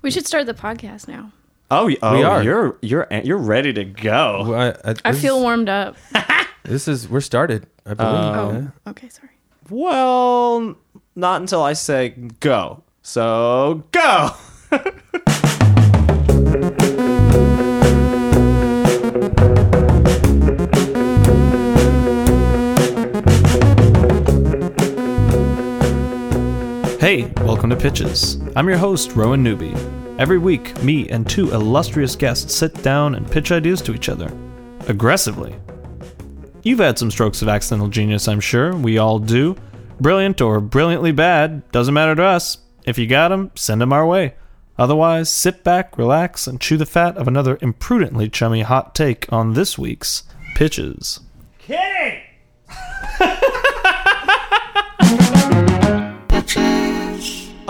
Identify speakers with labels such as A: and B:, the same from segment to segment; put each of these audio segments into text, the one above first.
A: We should start the podcast now.
B: Oh, y- oh,
C: are.
B: you're you're a- you're ready to go.
C: Well, I,
A: I
C: this
A: feel
C: is-
A: warmed up.
B: Oh.
C: This is we're started. I believe.
A: Oh, okay, sorry.
B: Well, not until I say go. So go.
D: Hey, welcome to Pitches. I'm your host, Rowan Newby. Every week, me and two illustrious guests sit down and pitch ideas to each other. Aggressively. You've had some strokes of accidental genius, I'm sure. We all do. Brilliant or brilliantly bad, doesn't matter to us. If you got 'em, send 'em our way. Otherwise, sit back, relax, and chew the fat of another imprudently chummy hot take on this week's Pitches.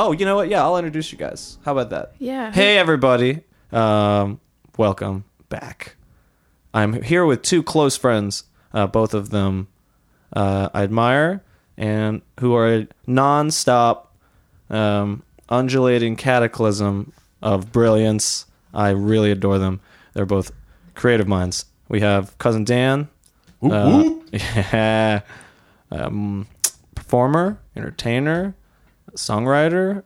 B: Oh, you know what? Yeah, I'll introduce you guys. How about that?
A: Yeah.
B: Hey, everybody. Um, welcome back. I'm here with two close friends. Uh, both of them uh, I admire and who are a nonstop, um, undulating cataclysm of brilliance. I really adore them. They're both creative minds. We have cousin Dan. uh, Yeah. Um, performer, entertainer, songwriter.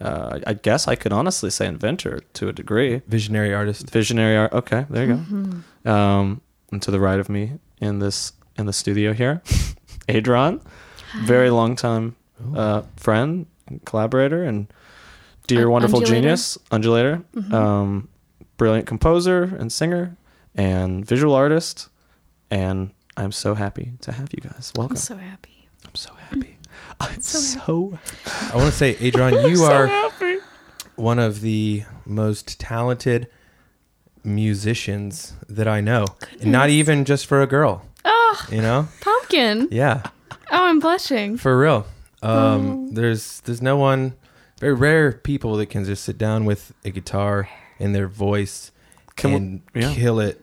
B: Uh, I guess I could honestly say inventor to a degree.
C: Visionary artist.
B: Visionary art. Okay, there you
A: Mm-hmm.
B: go. Um, and to the right of me in this in the studio here, Adron, very long time uh, friend, collaborator, and dear
A: Un-
B: wonderful
A: undulator. Mm-hmm.
B: genius, undulator, um, brilliant composer and singer, and visual artist. And I'm so happy to have you guys.
A: I'm
B: Welcome.
A: so happy.
B: I'm so happy. I'm
A: Mm. so
B: so
C: I want to say, Adron, you are one of the most talented musicians that I know. And Not even just for a girl.
A: Oh,
C: You know?
A: pumpkin.
C: Yeah,
A: Oh, I'm blushing.
C: for real.
A: Oh.
C: Um, There's there's no one. Very rare people that can just sit down with a guitar and their voice
B: Can we-
C: and
B: yeah.
C: kill it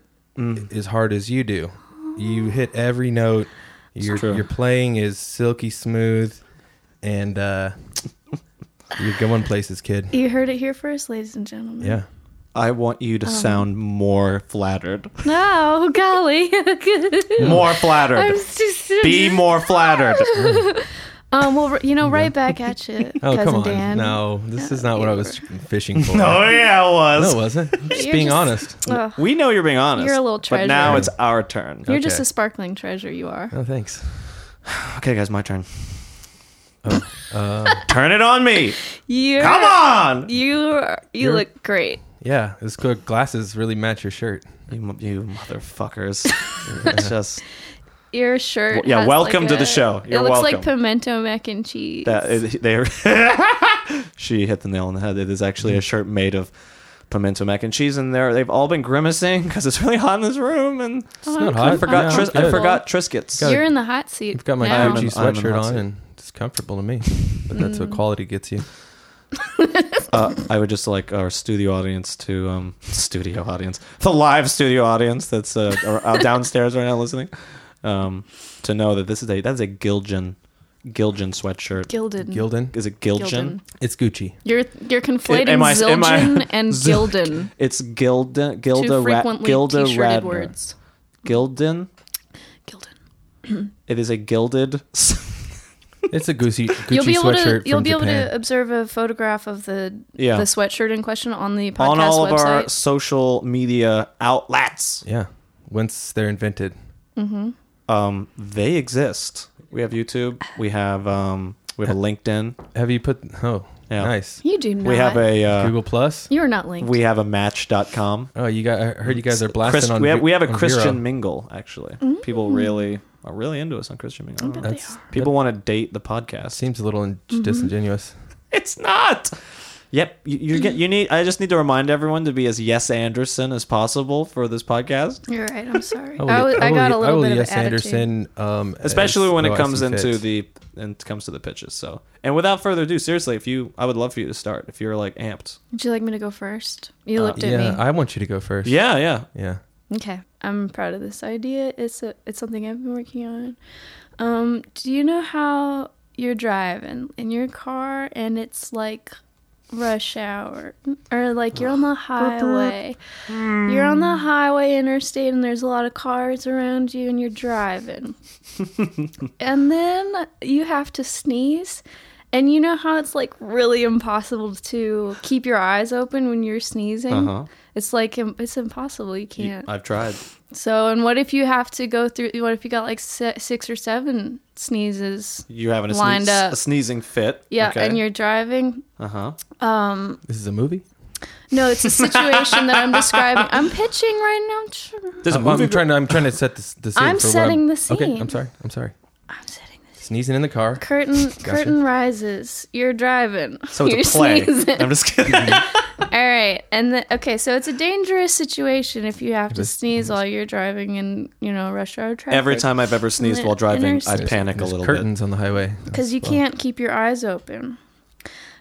C: as hard as you do. You hit every note. Your
B: true.
C: your playing is silky smooth, and uh, you're going places, kid.
A: You heard it here first, ladies and gentlemen.
C: Yeah.
B: I want you to
A: Um.
B: sound more flattered.
A: No, Oh, golly.
B: More flattered.
A: I'm just,
B: Be more flattered.
A: Um, well, you know, right back at you,
C: Oh
A: cousin
C: come on!
A: Dan.
C: No, this
A: No,
C: is not what I
A: you
C: was fishing for.
B: Oh, yeah, it
C: no, it
B: was.
C: wasn't. I'm Just
A: You're
C: being
A: just-
C: honest.
A: Ugh,
B: we know you're being honest.
A: You're a little
B: But now
A: treasure.
B: it's our turn.
A: you're just
C: Okay.
A: a sparkling treasure. You are.
C: Oh, thanks.
B: Okay, guys, my turn.
C: Uh,
B: Turn it on me.
A: You're,
B: Come on.
A: You are, you
C: You're-
A: look great.
C: yeah, those good glasses really match your shirt.
B: You, m- you motherfuckers. it's just
A: Your shirt.
B: Well, yeah,
A: has
B: welcome
A: like
B: to the
A: a-
B: show. You're
A: it looks like
B: welcome.
A: pimento mac and cheese.
B: that it, they She hit the nail on the head. It is actually a shirt made of pimento mac and cheese in there. They've all been grimacing because it's really hot in this room and
A: Oh,
C: not
A: I'm
C: hot.
B: I
A: com-
B: forgot
A: I'm
B: tris- I
A: comfortable.
B: forgot Triscuits.
C: Got it.
A: You're in the hot seat.
C: I've got my
A: now.
B: I'm
C: Gucci
B: in- I'm in the
C: sweatshirt
B: hot
C: on,
B: seat.
C: and it's comfortable to me. But that's
A: Mm.
C: what quality gets you.
B: uh, I would just like our studio audience to um, studio audience, the live studio audience that's uh, are out downstairs right now listening, um, to know that this is a that's a Gilgen Gilgen sweatshirt.
A: Gilden.
C: Gildan,
B: is it Gilgen?
A: Gildan.
C: it's Gucci.
A: You're you're conflating
B: Am I- am I-
A: Zildjian and
B: Zil-
A: Gildan.
B: It's Gilda Gilda
A: Two
B: Ra-
A: frequently
B: Gilda
A: t-shirted
B: Radner.
A: words.
B: Gildan.
A: Gildan.
B: It is a gilded.
C: It's a Gucci Gucci
A: You'll be able to
C: sweatshirt
A: you'll
C: from
A: be able
C: Japan.
A: to uh, observe a photograph of the
B: Yeah.
A: the sweatshirt in question on the podcast
B: on all of
A: website.
B: our social media outlets,
C: Yeah, once they're invented,
B: um, they exist. We have YouTube. We have um, we have a LinkedIn.
C: have you put? Oh,
B: Yeah.
C: nice.
A: you do not.
B: We have a uh,
C: Google Plus.
A: You're not linked.
B: We have a match.com.
C: Oh, you got? I heard you guys are blasting
B: Christ-
C: on.
B: we, have, we have a
C: on
B: Christian
C: Vero.
B: mingle, actually.
A: Mm-hmm.
B: People really are really into us on Christian mingle. I don't know.
A: They
C: That's
A: are. Mm-hmm.
B: People want to date the podcast.
C: seems a little in- disingenuous.
B: it's not. Yep, you, you get you need. I just need to remind everyone to be as yes Anderson as possible for this podcast,
A: You're right. I'm sorry. I,
C: will-
A: was, I,
C: will-
A: got a little
C: will
A: bit
C: yes
A: of attitude.
C: Anderson, um,
B: especially
C: as-
B: when
C: oh,
B: it
C: I
B: comes
C: see
B: into
C: fit.
B: the and it comes to the pitches. So, and without further ado, seriously, if you, I would love for you to start. If you're like amped,
A: Would you like me to go first? You
B: Uh,
A: looked at
C: Yeah,
A: me.
C: I want you to go first.
B: yeah, yeah.
C: yeah.
A: Okay, I'm proud of this idea. It's a, it's something I've been working on. Um, do you know how you're driving in your car and it's like rush hour or like you're on the highway you're on the highway interstate and there's a lot of cars around you and you're driving and then you have to sneeze and you know how it's like really impossible to keep your eyes open when you're sneezing
B: Uh-huh.
A: it's like im- it's impossible you
B: You-
A: can't
B: I've tried.
A: so and what if you have to go through what if you got like se- six or seven sneezes
B: You're having a,
A: Lined
B: sneeze-
A: up.
B: a sneezing fit.
A: yeah
B: Okay.
A: and you're driving
B: Uh-huh.
C: This is a movie.
A: No, it's a situation that I'm describing. I'm pitching right now. I'm tr-
B: There's a
C: I'm, I'm
B: movie.
C: trying to. I'm trying to set the, s- the scene.
A: I'm
C: for what
A: setting
C: I'm-
A: the
C: Okay,
A: scene.
C: I'm sorry. I'm sorry.
A: I'm setting this.
C: Sneezing in the car.
A: Curtain, curtain rises. You're driving.
B: so
A: You're
B: it's a play.
A: sneezing.
B: I'm just kidding.
A: All right, and the, okay, so it's a dangerous situation if you have to
C: it's-
A: sneeze while you're driving in, you know, rush hour traffic.
B: Every time I've ever sneezed while driving, I
A: There's-
B: panic a
C: There's
B: little bit.
C: curtains on the highway.
A: because you
C: Well,
A: can't keep your eyes open.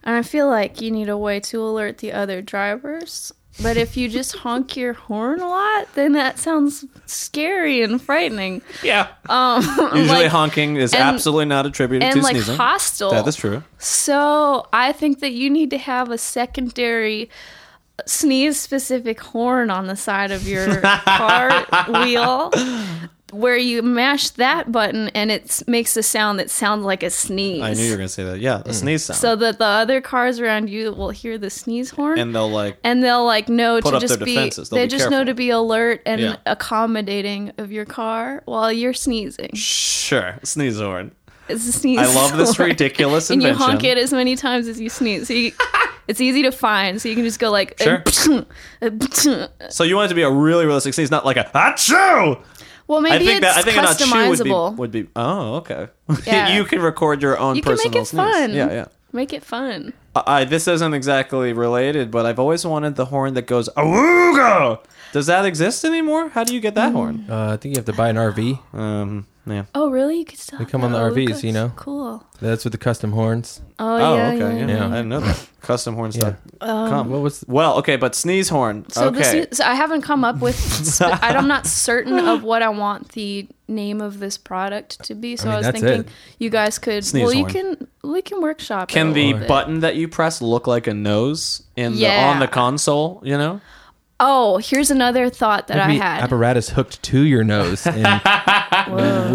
A: And I feel like you need a way to alert the other drivers. But if you just honk your horn a lot, then that sounds scary and frightening.
B: Yeah.
A: Um,
B: Usually
A: like-
B: honking is
A: and-
B: absolutely not attributed to
A: and like
B: sneezing.
A: hostile.
B: That is true.
A: So I think that you need to have a secondary sneeze specific horn on the side of your car wheel where you mash that button and it s- makes a sound that sounds like a sneeze.
B: I knew you were going to say that. Yeah, the sneeze sound.
A: Mm. so that the other cars around you will hear the sneeze horn
B: and they'll like
A: and they'll like know
B: Put
A: to
B: up
A: just
B: their
A: be
B: defenses. They'll
A: they
B: be
A: just know
B: careful.
A: to be alert and
B: Yeah.
A: accommodating of your car while you're sneezing.
B: sure, sneeze horn.
A: It's a sneeze.
B: I love this
A: horn.
B: ridiculous
A: and you
B: invention.
A: honk it as many times as you sneeze. So you, it's easy to find. So you can just go like,
B: Sure. So you want it to be a really realistic sneeze, not like a achoo.
A: well,
B: I
A: maybe
B: think
A: it's
B: that I think an achoo would be,
A: customizable.
B: would be. Oh, okay.
A: Yeah.
B: you can record your own
A: you can
B: personal
A: make it
B: sneeze.
A: fun.
B: Yeah, yeah.
A: Make it fun.
B: I, I- this isn't exactly related, but I've always wanted the horn that goes awooga. Does that exist anymore? How do you get that horn?
C: Uh, I think you have to buy an RV.
B: Um, yeah.
A: Oh, really? You could still. Oh,
C: come on the RVs, you know?
A: Cool.
C: That's with the custom horns.
A: Oh,
B: Oh,
A: yeah,
B: okay.
A: yeah.
B: Yeah.
C: yeah.
B: I didn't know that. Customhorns.com.
A: Um,
C: What was?
B: Well, okay, but sneeze horn.
A: So,
B: okay.
A: this is, so I haven't come up with. sp- I'm not certain of what I want the name of this product to be. So I,
C: mean,
A: was
C: that's
A: thinking
C: it.
A: you guys could.
B: Sneeze
A: well,
B: horn.
A: you can. We can workshop. it a
B: Can the
A: little bit.
B: button that you press look like a nose in the
A: Oh, Yeah.
B: on the console? You know,
A: Oh, here's another thought that I
C: Maybe
A: had.
C: apparatus hooked to your nose, and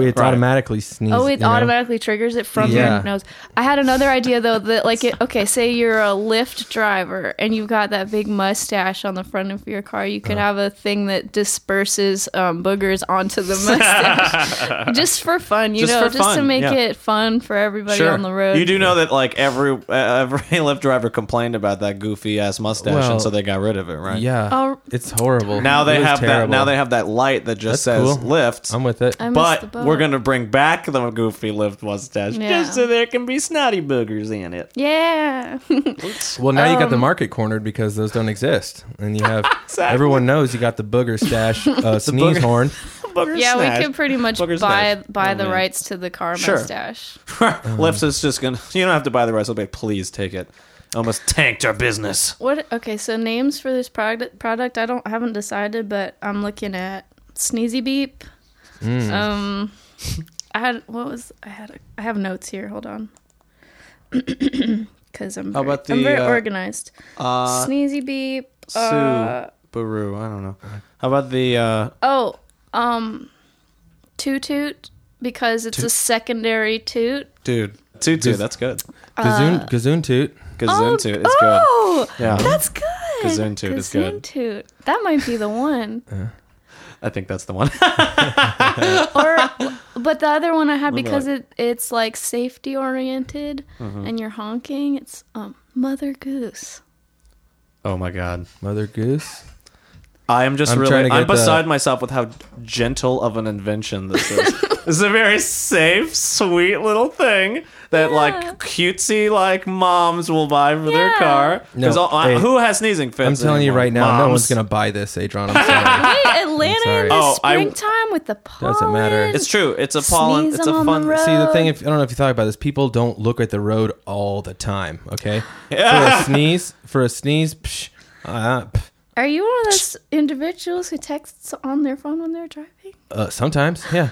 C: it's automatically sneezes.
A: Oh, it
C: you know?
A: automatically triggers it from
C: Yeah.
A: your nose. I had another idea though that like it, okay, say you're a Lyft driver and you've got that big mustache on the front of your car, you could
B: Uh-huh.
A: have a thing that disperses um, boogers onto the mustache just for fun, you
B: Just
A: know,
B: for
A: just to
B: fun,
A: make
B: yeah.
A: it fun for everybody on the road.
B: You do know that like every uh, every Lyft driver complained about that goofy ass mustache,
C: Well,
B: and so they got rid of it, right?
C: Yeah,
A: Oh.
C: it's horrible.
B: Now
C: It
B: they
C: was
B: have that.
C: terrible.
B: Now they have that light that just
C: That's
B: says
C: cool.
B: Lyft.
C: I'm with it.
A: I missed the
B: but
A: boat.
B: we're gonna bring back the goofy Lyft mustache
A: Yeah.
B: just so there can be snotty boogers in it.
A: yeah.
C: Well, now you got the
A: um,
C: market cornered because those don't exist, and you have everyone knows you got the booger stash uh, sneeze
B: booger-
C: horn.
B: Booger
A: yeah,
B: snatch.
A: we could pretty much
B: Booger's
A: buy
B: nice.
A: buy
B: Oh,
A: the
B: man.
A: rights to the car
B: Sure.
A: mustache.
B: Lyft is just gonna. You don't have to buy the rest. I'll be like, please take it. Almost tanked our business.
A: What? Okay, so names for this product product I don't I haven't decided, but I'm looking at Sneezy Beep.
B: Hmm.
A: Um, I had what was I had a, I have notes here. Hold on, because I'm
B: How
A: very,
B: about
A: I'm
B: the,
A: very
B: uh,
A: organized.
B: Uh,
A: Sneezy Beep.
B: Sue
A: Uh,
B: Baru. I don't know. How about the uh,
A: oh, um, Toot Toot because it's a secondary toot.
B: dude? Tutu.
C: Does-
B: That's good.
A: Uh,
C: Gazoon, gazoon toot.
A: Oh,
B: Gazoon toot. It's good.
A: oh,
B: Yeah.
A: that's good.
B: Gazoon toot is good.
A: Gazoon Toot. That might be the one.
B: I think that's the one.
A: or but the other one I had
B: Remember,
A: because it it's like safety oriented and you're honking. It's um Mother Goose.
B: oh my god.
C: Mother goose.
B: I am just
C: I'm trying
B: really.
C: to
B: I'm
C: get the-
B: beside myself with how gentle of an invention this is. this is a very safe, sweet little thing that
A: Yeah.
B: like cutesy like moms will buy for their
A: Yeah.
B: car.
C: No,
B: 'Cause all- I-
C: hey,
B: who has sneezing fits?
C: I'm telling you
B: anymore?
C: right now, no
B: Moms.
C: one's gonna buy this, Adron. I'm sorry.
A: Hey, Atlanta in
C: sorry.
A: the
B: Oh, I-
A: springtime with the pollen.
C: Doesn't matter.
B: It's true. It's a pollen.
A: Sneeze
B: It's a
A: on the
B: fun.
A: road.
C: See the thing, if I don't know if you thought about this, people don't look at the road all the time. Okay, for a sneeze, for a sneeze, psh, uh, pff,
A: Are you one of those individuals who texts on their phone when they're driving?
C: uh, sometimes, yeah.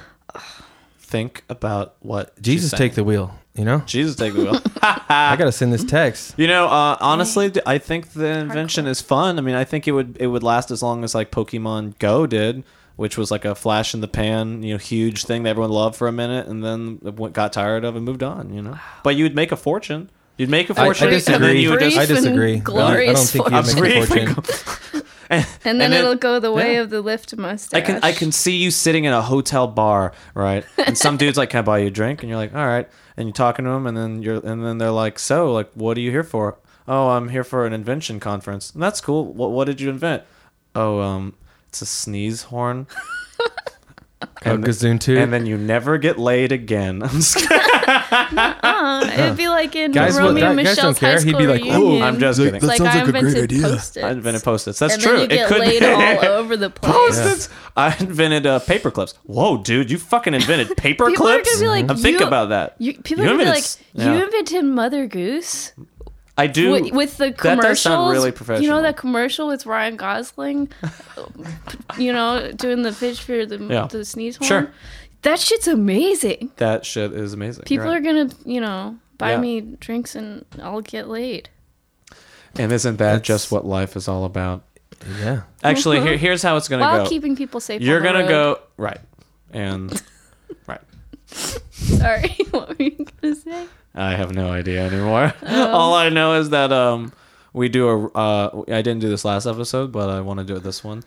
B: think about what
C: Jesus, take the wheel. You know,
B: Jesus take the wheel. Ah.
C: I gotta send this text.
B: you know, uh, honestly, d- I think the invention is fun. I mean, I think it would it would last as long as like Pokemon Go did, which was like a flash in the pan, you know, huge thing that everyone loved for a minute, and then went, got tired of and moved on. You know, but you'd make a fortune. You'd make a
C: I, I
B: fortune, and then
C: disagree.
B: you would
A: Brief
B: just
C: I disagree.
A: and
C: I don't, I don't
A: glorious
C: think
A: fortune.
C: you make a
B: Brief and
C: fortune.
A: and then
B: and it-
A: it'll go the way
B: yeah.
A: of the lift mustache.
B: I can I can see you sitting in a hotel bar, right? And some dude's like, "Can I buy you a drink?" And you're like, "All right." And you're talking to them, and then you're and then they're like, "So, like, what are you here for?" "Oh, I'm here for an invention conference." And that's cool. What What did you invent? Oh, um, it's a sneeze horn.
C: Oh, Gazoon too.
B: And then you never get laid again. I'm just kidding.
A: Uh, it'd be like in
C: Guys will-
A: Romeo
C: guys
A: and
C: don't
A: Michelle's high
C: care. He'd
A: school
C: be like, "Ooh,
A: reunion.
B: I'm just kidding.
A: It's like,
E: sounds
A: I
E: like a great
A: invented
E: idea.
A: Post-its.
B: I invented post-its. That's
A: and
B: true.
A: Then you
B: it
A: get
B: could
A: laid
B: be.
A: all over the place.
B: Post-its. I invented uh, paper clips. Whoa, dude, you fucking invented paper
A: People are gonna
B: clips?
A: be like,
B: I'm thinking
A: you-
B: about that.
A: You, people
B: You
A: are gonna be like,
B: invented-
A: you
B: yeah.
A: invented Mother Goose
B: I do
A: with, with the
B: that
A: commercials.
B: does sound really
A: You know
B: professional.
A: that commercial with Ryan Gosling, you know, doing the pitch for the,
B: Yeah.
A: the sneeze horn.
B: Sure.
A: That shit's amazing.
B: That shit is amazing.
A: People are gonna, you know, buy
B: Yeah.
A: me drinks and I'll get laid.
B: and isn't that
C: That's-
B: just what life is all about?
C: yeah.
B: Actually, here, here's how it's gonna
A: While
B: go.
A: keeping people safe.
B: You're
A: on the
B: gonna
A: road.
B: go right, and right.
A: Sorry, what were you gonna say?
B: I have no idea anymore. all I know is that um, we do a. Uh, I didn't do this last episode, but I want to do it this one,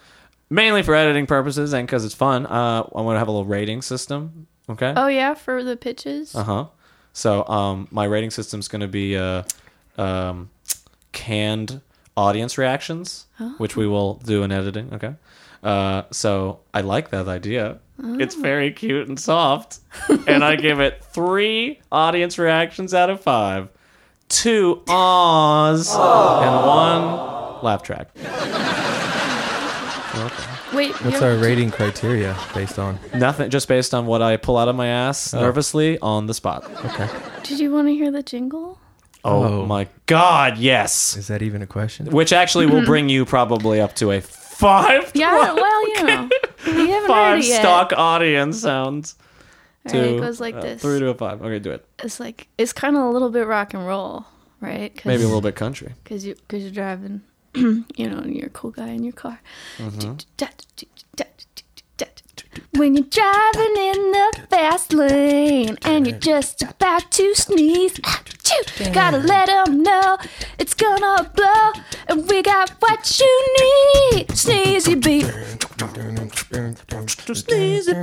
B: mainly for editing purposes and because it's fun. Uh, I'm gonna have a little rating system. Okay.
A: Oh yeah, for the pitches.
B: Uh huh. So um, my rating system's going to be uh, um, canned audience reactions, which we will do in editing. Okay. Uh, so I like that idea. It's very cute and soft, and I give it three audience reactions out of five, two ahs, and one laugh track.
A: Wait,
C: What's
A: you're-
C: our rating criteria based on?
B: Nothing, just based on what I pull out of my ass nervously on the spot.
A: did you want to hear the jingle?
B: Oh,
C: Oh.
B: my god, yes.
C: Is that even a question?
B: which actually will bring you probably up to a five
A: Mm-hmm. Yeah, well, you know, you haven't heard
B: five
A: it yet.
B: stock audience sounds
A: All
B: to
A: right, it goes like
B: uh,
A: this.
B: three to a five okay do it
A: It's like it's kind of a little bit rock and roll, right? Cause,
B: maybe a little bit country
A: because you because you're driving, you know, and you're a cool guy in your car.
B: Mm-hmm.
A: When you're driving in the fast lane and you're just about to sneeze, achoo, gotta let 'em know it's gonna blow, and we got what you need. Sneezy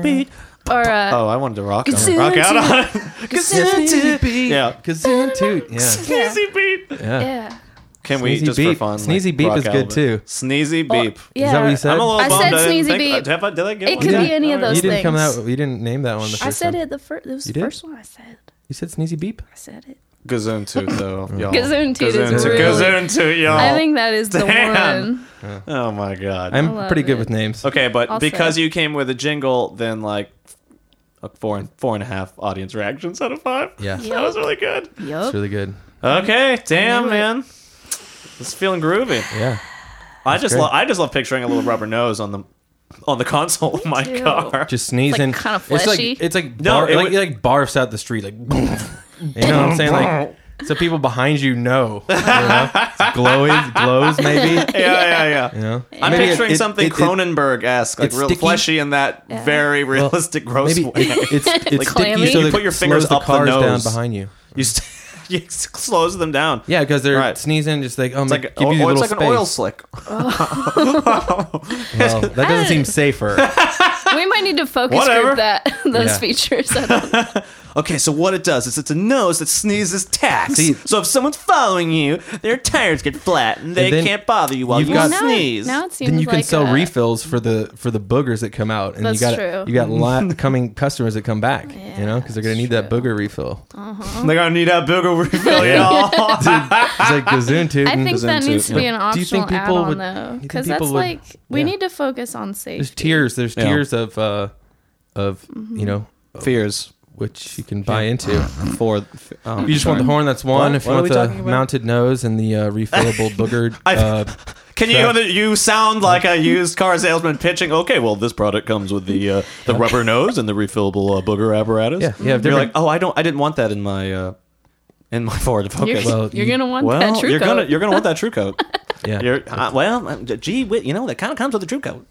A: beat or uh,
B: oh i wanted to rock
A: Kazoo
B: on rock out
A: too.
B: on Kazoo too. yeah
C: Gazoon too. Yeah.
A: Yeah.
B: sneezy beep
C: Yeah.
A: yeah,
B: can we
C: Sneezy
B: just
C: beep.
B: for fun like,
C: Sneezy beep
B: rock
C: is
B: out
C: good,
B: a
C: too.
B: bit? sneezy
A: Well,
B: beep
A: yeah.
C: Is that what you said?
B: I'm a little
A: I
B: bummed
A: said
B: I didn't
A: sneezy
B: think-
A: beep.
B: Have I, did I get
A: It
B: one?
A: could
B: Yeah.
A: be any of those
C: You didn't come
A: things.
C: out. You didn't name that one. The first
A: I said
C: time.
A: it the first. It was
C: You
A: the
C: did?
A: first one I said.
C: You said sneezy beep.
A: I said it.
B: Gazoon toot, though. y'all.
A: Gazoon toot is
B: Oh. Gazoon
A: really-
B: Gazoon toot, y'all.
A: I think that is the
B: Damn.
A: one.
B: oh, my God.
C: I'm
A: love
C: pretty good
A: it.
C: with names.
B: Okay, but
A: Also-
B: because you came with a jingle, then like a four and four and a half audience reactions out of five.
C: Yeah.
B: that was really good.
A: Yup.
C: It's really good.
B: Okay, damn
A: knew it.
B: man, it's feeling groovy.
C: Yeah.
B: I just
C: great.
B: love I just love picturing a little rubber nose on the on the console of my
A: too.
B: car.
C: Just sneezing.
A: kinda fleshy.
C: It's like it's like
B: No,
C: bar,
B: it
C: like,
B: would-
C: like barfs out the street like. you know what I'm saying? Like so people behind you know. You know? It's glowy glows maybe.
B: yeah, yeah, yeah.
C: You know.
B: I'm
C: Maybe it-
B: picturing
C: it-
B: something
C: it- it-
B: Cronenberg esque, like
C: it's
B: real
C: sticky.
B: fleshy in that very realistic, gross
C: Maybe
B: way.
C: it- it's it's
A: Like clammy.
C: sticky, so
A: You
C: that
B: put
C: it
B: your fingers
C: slows the
B: up the
C: cars down
B: nose.
C: behind you.
B: you, st- you slows them down.
C: Yeah, because they're
B: Right.
C: sneezing, just like oh,
B: It's
C: man,
B: like,
C: give
B: oh,
C: you the
B: oh, it's
C: little
B: like an
C: space.
B: oil slick.
A: Oh.
C: Well, that doesn't seem safer.
A: We might need to focus
B: Whatever.
A: group that those
C: Yeah.
A: features. I don't know.
B: Okay, so what it does is it's a nose that sneezes tax.
C: See-
B: so if someone's following you, their tires get flat and they
C: And then
B: can't bother you while
C: you've
B: you
C: got-
A: now,
B: sneeze.
A: now it seems
C: then you can
A: like
C: sell
A: a-
C: refills for the for the boogers that come out, and
A: That's
C: you got
A: true.
C: you got lot coming customers that come back,
A: Yeah,
C: you know, because they're gonna need that booger refill.
B: They're gonna need that booger refill, y'all.
C: It's like gazoon tube.
A: I
C: and
A: think that
B: into-
A: needs to be
B: yeah.
A: an
C: Do
A: optional
C: you think people
A: add-on
C: would-
A: though,
C: you think
A: because that's
C: people would-
A: like we
C: yeah.
A: need to focus on
C: there's
A: safety.
C: tiers. There's
B: Yeah.
C: tiers of uh of
A: Mm-hmm.
C: you know
B: Fears
C: which you can buy into.
B: for.
C: You just want the horn. That's one.
B: Oh, What?
C: If
B: What are we
C: you want the
B: talking about?
C: mounted nose and the uh, refillable booger.
B: I-
C: uh,
B: Can you
C: Yeah.
B: that you sound like a used car salesman pitching? Okay, well, this product comes with the uh, the rubber nose and the refillable uh, booger apparatus.
C: Yeah, yeah,
B: You're like,
C: different-
B: oh, I don't, I didn't want that in my uh, in my Ford Focus.
A: You're,
C: Well,
A: you're
C: you-
A: gonna want
B: Well,
A: that true
B: you're gonna
A: coat.
B: you're gonna want that true coat.
C: Yeah.
B: You're, uh, well, uh, gee, whiz, you know that kind of comes with the true coat.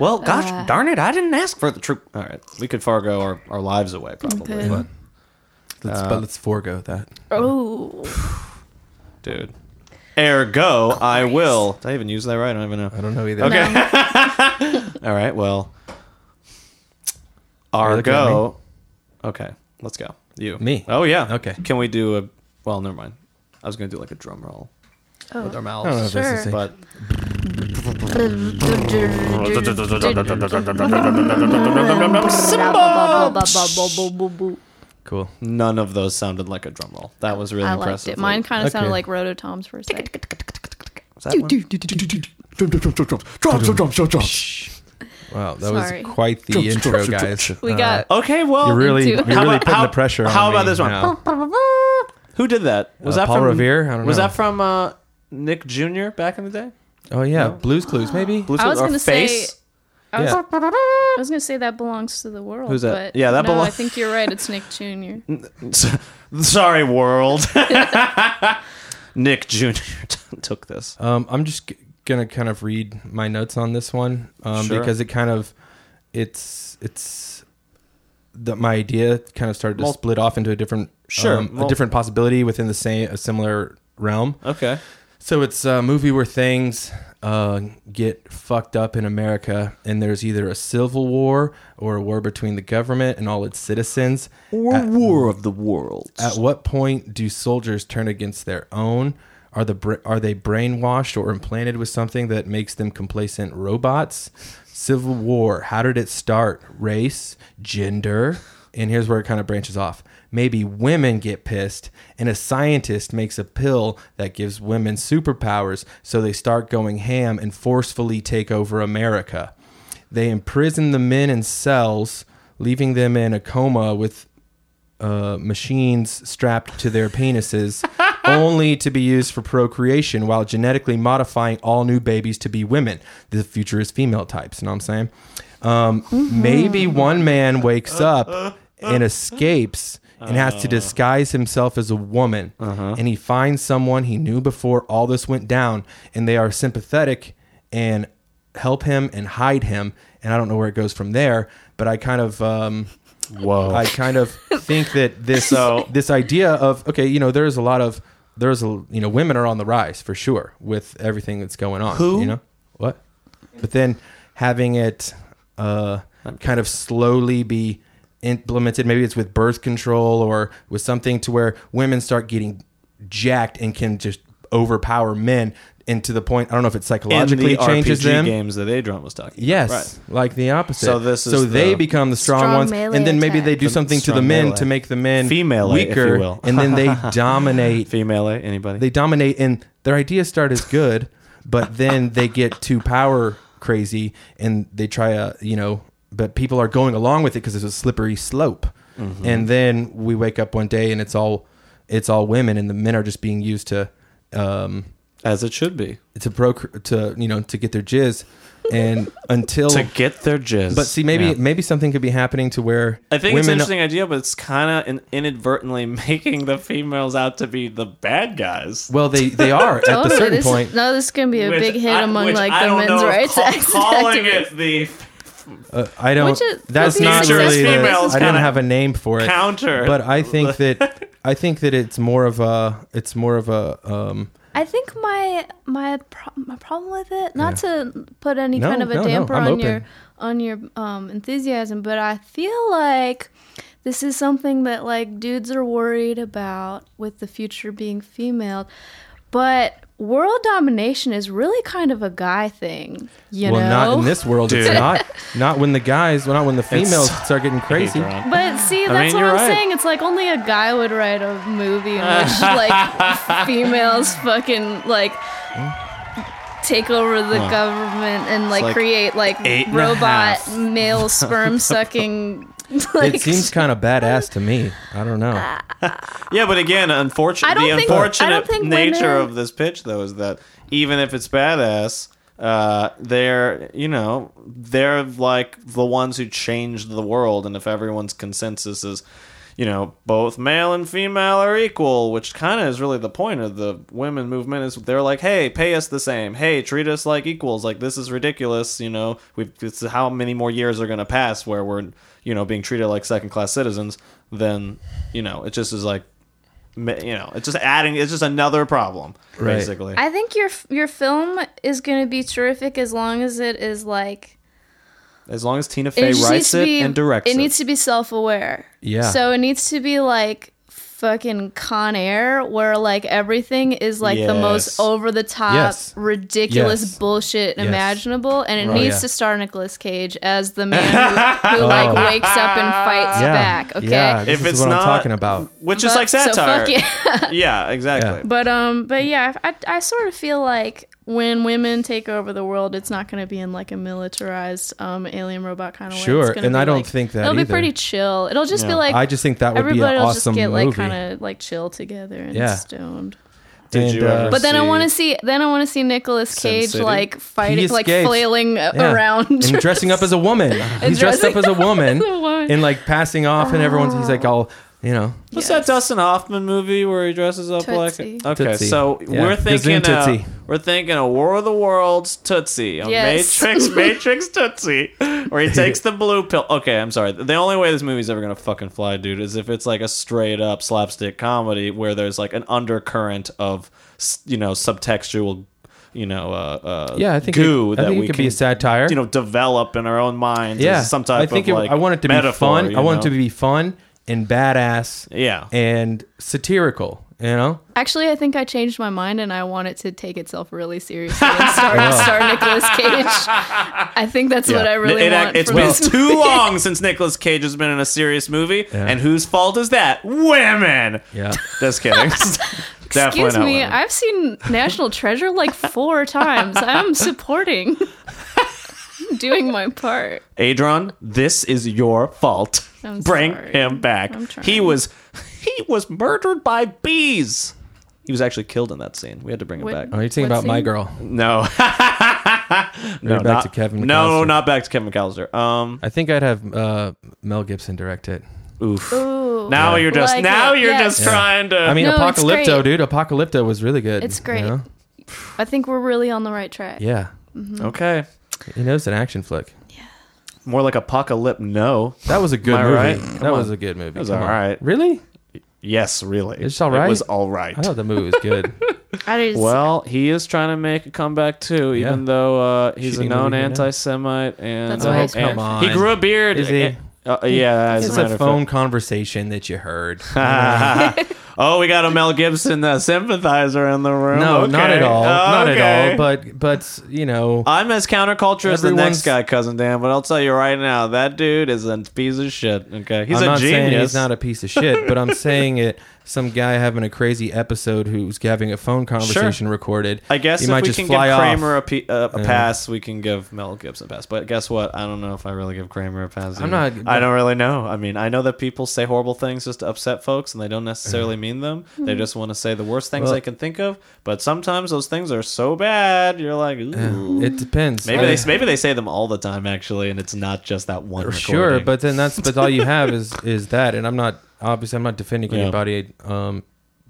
B: well, gosh
C: Uh.
B: darn it, I didn't ask for the true. All right, we could Fargo our, our lives away probably,
A: Okay.
B: but
C: Let's,
B: uh,
C: but let's forego that.
A: oh,
B: dude. Ergo, I will. Did I even use that right? I don't even know.
C: I don't know either.
B: Okay. All right. Well,
C: you looking at
B: Argo. Okay, let's go. You.
C: Me?
B: Oh yeah.
C: Okay.
B: Can we do a? Well, never mind. I was gonna do like a drum roll
C: Oh.
B: with our
C: I don't know
B: mouths,
C: if that's
A: Sure.
C: the same.
B: but
C: cool.
B: none of those sounded like a drum roll. That was really
A: I liked
B: impressive.
A: it. Mine kind of sounded
C: Okay.
A: like Rototoms for a second.
B: Was that one?
C: Wow, that
A: Sorry.
C: was quite the intro, guys.
A: We
C: Uh,
A: got
B: Okay. Well,
C: you're really,
A: into
C: you're
A: it.
C: really
B: How about-
C: putting
B: how-
C: the pressure. on
B: how about
C: me
B: this one?
C: now.
B: who did that? Was
C: Uh,
B: that
C: Paul
B: from
C: Revere? I don't
B: Was
C: know.
B: that from uh, Nick Jr. back in the day?
C: Oh yeah, Blues Clues maybe.
B: Blues
A: I was
B: or
A: gonna say-
B: Face?
A: I was,
C: Yeah.
A: I was gonna say that belongs to the world.
B: Who's that?
A: But
B: Yeah, that
A: no,
B: belong-
A: I think you're right. It's Nick Jr.
B: Sorry, world. Nick Jr. took this.
C: Um, I'm just g- gonna kind of read my notes on this one um,
B: Sure.
C: because it kind of it's it's that my idea kind of started to
B: Mul-
C: split off into a different
B: Sure,
C: um,
B: mul-
C: a different possibility within the same a similar realm.
B: Okay.
C: So it's a movie where things uh, get fucked up in America, and there's either a civil war or a war between the government and all its citizens. At-
B: War of the Worlds.
C: At what point do soldiers turn against their own? Are the bra- are they brainwashed or implanted with something that makes them complacent robots? Civil war. How did it start? Race, gender, and here's where it kind of branches off. Maybe women get pissed, and a scientist makes a pill that gives women superpowers, so they start going ham and forcefully take over America. They imprison the men in cells, leaving them in a coma with uh, machines strapped to their penises, only to be used for procreation while genetically modifying all new babies to be women. The future is female types, you know what I'm saying? Um, Maybe one man
B: Uh,
C: wakes up and escapes and has to disguise himself as a woman,
B: Uh-huh.
C: and he finds someone he knew before all this went down, and they are sympathetic and help him and hide him. And I don't know where it goes from there, but I kind of. Um,
B: Whoa.
C: I kind of think that this
B: So-
C: this idea of okay, you know, there's a lot of there's a you know women are on the rise for sure with everything that's going on.
B: Who?
C: you know what? But then having it uh, kind of slowly be implemented, maybe it's with birth control or with something to where women start getting jacked and can just overpower men. And to the point, I don't know if it psychologically changes
B: RPG
C: them.
B: games that Adron was talking. about.
C: Yes,
B: Right.
C: like the opposite.
B: So this is
C: so they
B: the-
C: become the strong,
A: Strong
C: ones,
A: melee
C: and then maybe they
A: attack.
C: do
B: The
C: something to the
B: strong
C: men
B: melee.
C: to make the men
B: Female, if you
C: weaker,
B: will.
C: and then they dominate.
B: Female, eh? anybody?
C: They dominate, and their ideas start as good, but then they get too power crazy, and they try a you know. But people are going along with it because it's a slippery slope,
B: Mm-hmm.
C: and then we wake up one day and it's all it's all women, and the men are just being used to. Um,
B: As it should be.
C: to proc to you know to get their jizz and until
B: To get their jizz.
C: Oh. but see, maybe
B: Yeah.
C: maybe something could be happening to where
B: I think it's an
C: women,
B: interesting idea, but it's kind of in- inadvertently making the females out to be the bad guys.
C: Well, they they are at
A: Totally,
C: a certain
A: Oh, this
C: point.
A: Is, no, this is gonna be a
B: Which
A: big hit
B: I-
A: among
B: which
A: like
B: I
A: the
B: don't
A: men's
B: know if
A: rights
B: ca-
A: acts
B: calling
A: activists.
B: it the
C: uh, I don't.
A: Which is-
C: that's
A: the
C: not
A: future is
C: really. the-
B: females
C: I don't
B: kinda
C: have a name for it.
B: counter.
C: But I think that I think that it's more of a it's more of a um,
A: I think my my pro- my problem with it, not to put any
C: No,
A: kind of a
C: no, no,
A: damper
C: I'm
A: on
C: open.
A: your on your um, enthusiasm, but I feel like this is something that like dudes are worried about with the future being female, but world domination is really kind of a guy thing, you
C: well
A: know.
C: not in this world it's
B: Dude.
C: not not when the guys well, not when the females
B: It's-
C: start getting crazy.
B: Adron.
A: But see, that's
B: mean,
A: what
B: you're
A: I'm
B: right.
A: saying. It's like only a guy would write a movie in which like females fucking like take over the government and like,
B: like
A: create like
B: eight and a
A: robot
B: half.
A: male sperm sucking. Like,
C: It seems kind of badass to me. I don't know.
B: Yeah, but again, unfortunate.
A: I don't
B: the
A: think- I don't
B: unfortunate
A: think
B: nature
A: women-
B: of this pitch, though, is that even if it's badass, uh, they're you know they're like the ones who changed the world, and if everyone's consensus is, you know, both male and female are equal, which kind of is really the point of the women movement is they're like, hey, pay us the same, hey, treat us like equals, like this is ridiculous, you know, we've this is how many more years are gonna pass where we're you know being treated like second class citizens, then you know it just is like. ma- You know, it's just adding. It's just another problem,
C: Right.
B: basically.
A: I think your your film is going to be terrific as long as it is like
B: As long as Tina
A: it
B: Fey
A: just needs
B: writes
A: to
B: it
A: be-
B: and directs
A: it
B: it.
A: needs to be self-aware.
C: Yeah.
A: So it needs to be like fucking Con Air where like everything is like the
B: Yes.
A: most over the top
C: Yes.
A: ridiculous
C: Yes.
A: bullshit
C: Yes.
A: imaginable and it
C: Oh,
A: needs
C: yeah.
A: to star Nicolas Cage as the man who, who like wakes up and fights
C: Yeah.
A: back, okay?
C: Yeah, this
B: If
C: is
B: it's
C: what
B: not-
C: I'm talking about.
B: which is like
A: But- so
B: satire.
A: fuck yeah.
B: yeah, exactly.
A: But um, but yeah, I, I sort of feel like when women take over the world, it's not going to be in like a militarized um alien robot kind of way.
C: Sure,
A: It's gonna
C: and
A: be
C: I don't
A: like-
C: think that
A: it'll be
C: either.
A: pretty chill. It'll just be
B: Yeah.
A: like
C: I just think that would be
A: everybody
C: an
A: will
C: awesome
A: just get
C: movie.
A: like kind of like chill together and
C: Yeah.
A: stoned.
B: Did
C: And,
B: you
C: uh,
B: ever
A: But then I
B: see-
A: want to see then I want to see Nicolas
B: Sin
A: Cage
B: City?
A: like
C: He
A: fighting, like
C: escapes.
A: flailing uh,
C: Yeah.
A: around,
C: and dressing up as a woman. he's dressed up
A: dressing
C: as a woman,
A: as a woman.
C: and like passing off, and everyone's he's like all you know.
B: What's
A: Yes.
B: that Dustin Hoffman movie where he dresses up
A: Tootsie.
B: like? Okay,
C: Tootsie.
B: so
C: Yeah.
B: we're thinking
C: Gazoon Tootsie.
B: uh, we're thinking a War of the Worlds Tootsie, a
A: Yes.
B: Matrix Matrix Tootsie, where he takes the blue pill. Okay, I'm sorry. The only way this movie's ever gonna fucking fly, dude, is if it's like a straight up slapstick comedy where there's like an undercurrent of s- you know subtextual. You know, uh, uh,
C: Yeah, I think it-
B: goo
C: I
B: that
C: think it
B: we
C: could be a satire.
B: You know, develop in our own minds.
C: Yeah,
B: as some type
C: I think
B: of
C: it-
B: like
C: I want it to
B: metaphor,
C: be fun.
B: you
C: I want
B: know?
C: it to be fun and badass.
B: Yeah.
C: and satirical. You know,
A: Actually, I think I changed my mind and I want it to take itself really seriously and start, start Nicolas Cage. I think that's what I really
B: It- it-
A: want.
B: It's
A: from
B: been
A: this
B: too long since Nicolas Cage has been in a serious movie, and whose fault is that? Women.
C: yeah.
B: Just kidding. Definitely
A: Excuse
B: not
A: me,
B: women.
A: I've seen National Treasure like four times. I'm supporting, I'm doing my part.
B: Adron, this is your fault.
A: I'm
B: Bring
A: sorry.
B: him back.
A: I'm
B: He
A: trying.
B: was he was murdered by bees. He was actually killed in that scene. We had to bring him
A: What-
B: back. Uh,
C: Oh, you're thinking
A: What
C: about my
A: scene?
C: girl.
B: No. no,
C: back
B: not,
C: to Kevin
B: No,
C: McCallister.
B: not back to Kevin McAllister. Um
C: I think I'd have uh, Mel Gibson direct it.
B: oof.
A: Ooh,
B: Now you're just
A: Like
B: now
A: it,
B: you're
A: yes.
B: just trying to
C: I mean,
A: No, it's
C: Apocalypto,
A: great.
C: dude. Apocalypto was really good.
A: It's
C: you
A: great.
C: know?
A: I think we're really on the right track.
C: Yeah,
B: Okay.
C: you know, it's an action flick.
B: More like apocalypse no.
C: That was a good
B: I
C: movie.
B: right?
C: That
B: Come
C: was
B: on.
C: a good movie. That
B: was all right.
C: Really?
B: Yes, really.
C: It's all right?
B: It was all right.
C: I thought the movie was good.
A: I just,
B: Well, he is trying to make a comeback too, even
C: Yeah.
B: though uh, he's
C: Shooting
B: a known
C: movie right now.
B: anti-Semite, and
A: That's why
B: and-
A: he's
B: and
C: perfect.
B: he grew a beard.
C: Oh, Is he?
B: Uh, yeah, as
C: it's
B: a matter
C: a
B: of
C: phone
B: fact.
C: conversation that you heard.
B: Oh, we got a Mel Gibson uh, sympathizer in the room.
C: No,
B: Okay. Uh,
C: not at all. Not at
B: Okay.
C: all. But but you know,
B: I'm as counterculture as the next
C: Everyone's-
B: guy, cousin Dan. But I'll tell you right now, that dude is a piece of shit. Okay, he's
C: I'm
B: a
C: not
B: genius.
C: saying he's not a piece of shit, but I'm saying it. Some guy having a crazy episode who's having a phone conversation recorded.
B: I guess
C: he
B: if
C: might
B: we
C: just
B: can give
C: fly off.
B: Kramer a, pe- uh, a pass, we can give Mel Gibson a pass. But guess what? I don't know if I really give Kramer a pass.
C: I'm
B: either.
C: not-
B: I don't really know. I mean, I know that people say horrible things just to upset folks, and they don't necessarily mean them. They just want to say the worst things
C: Well-
B: they can think of. But sometimes those things are so bad, you're like, ooh.
C: Yeah, it depends.
B: Maybe
C: I-
B: they maybe they say them all the time actually, and it's not just that one. Recording.
C: sure, but then that's but all you have is is that, and I'm not obviously I'm not defending
B: Yeah.
C: anybody um,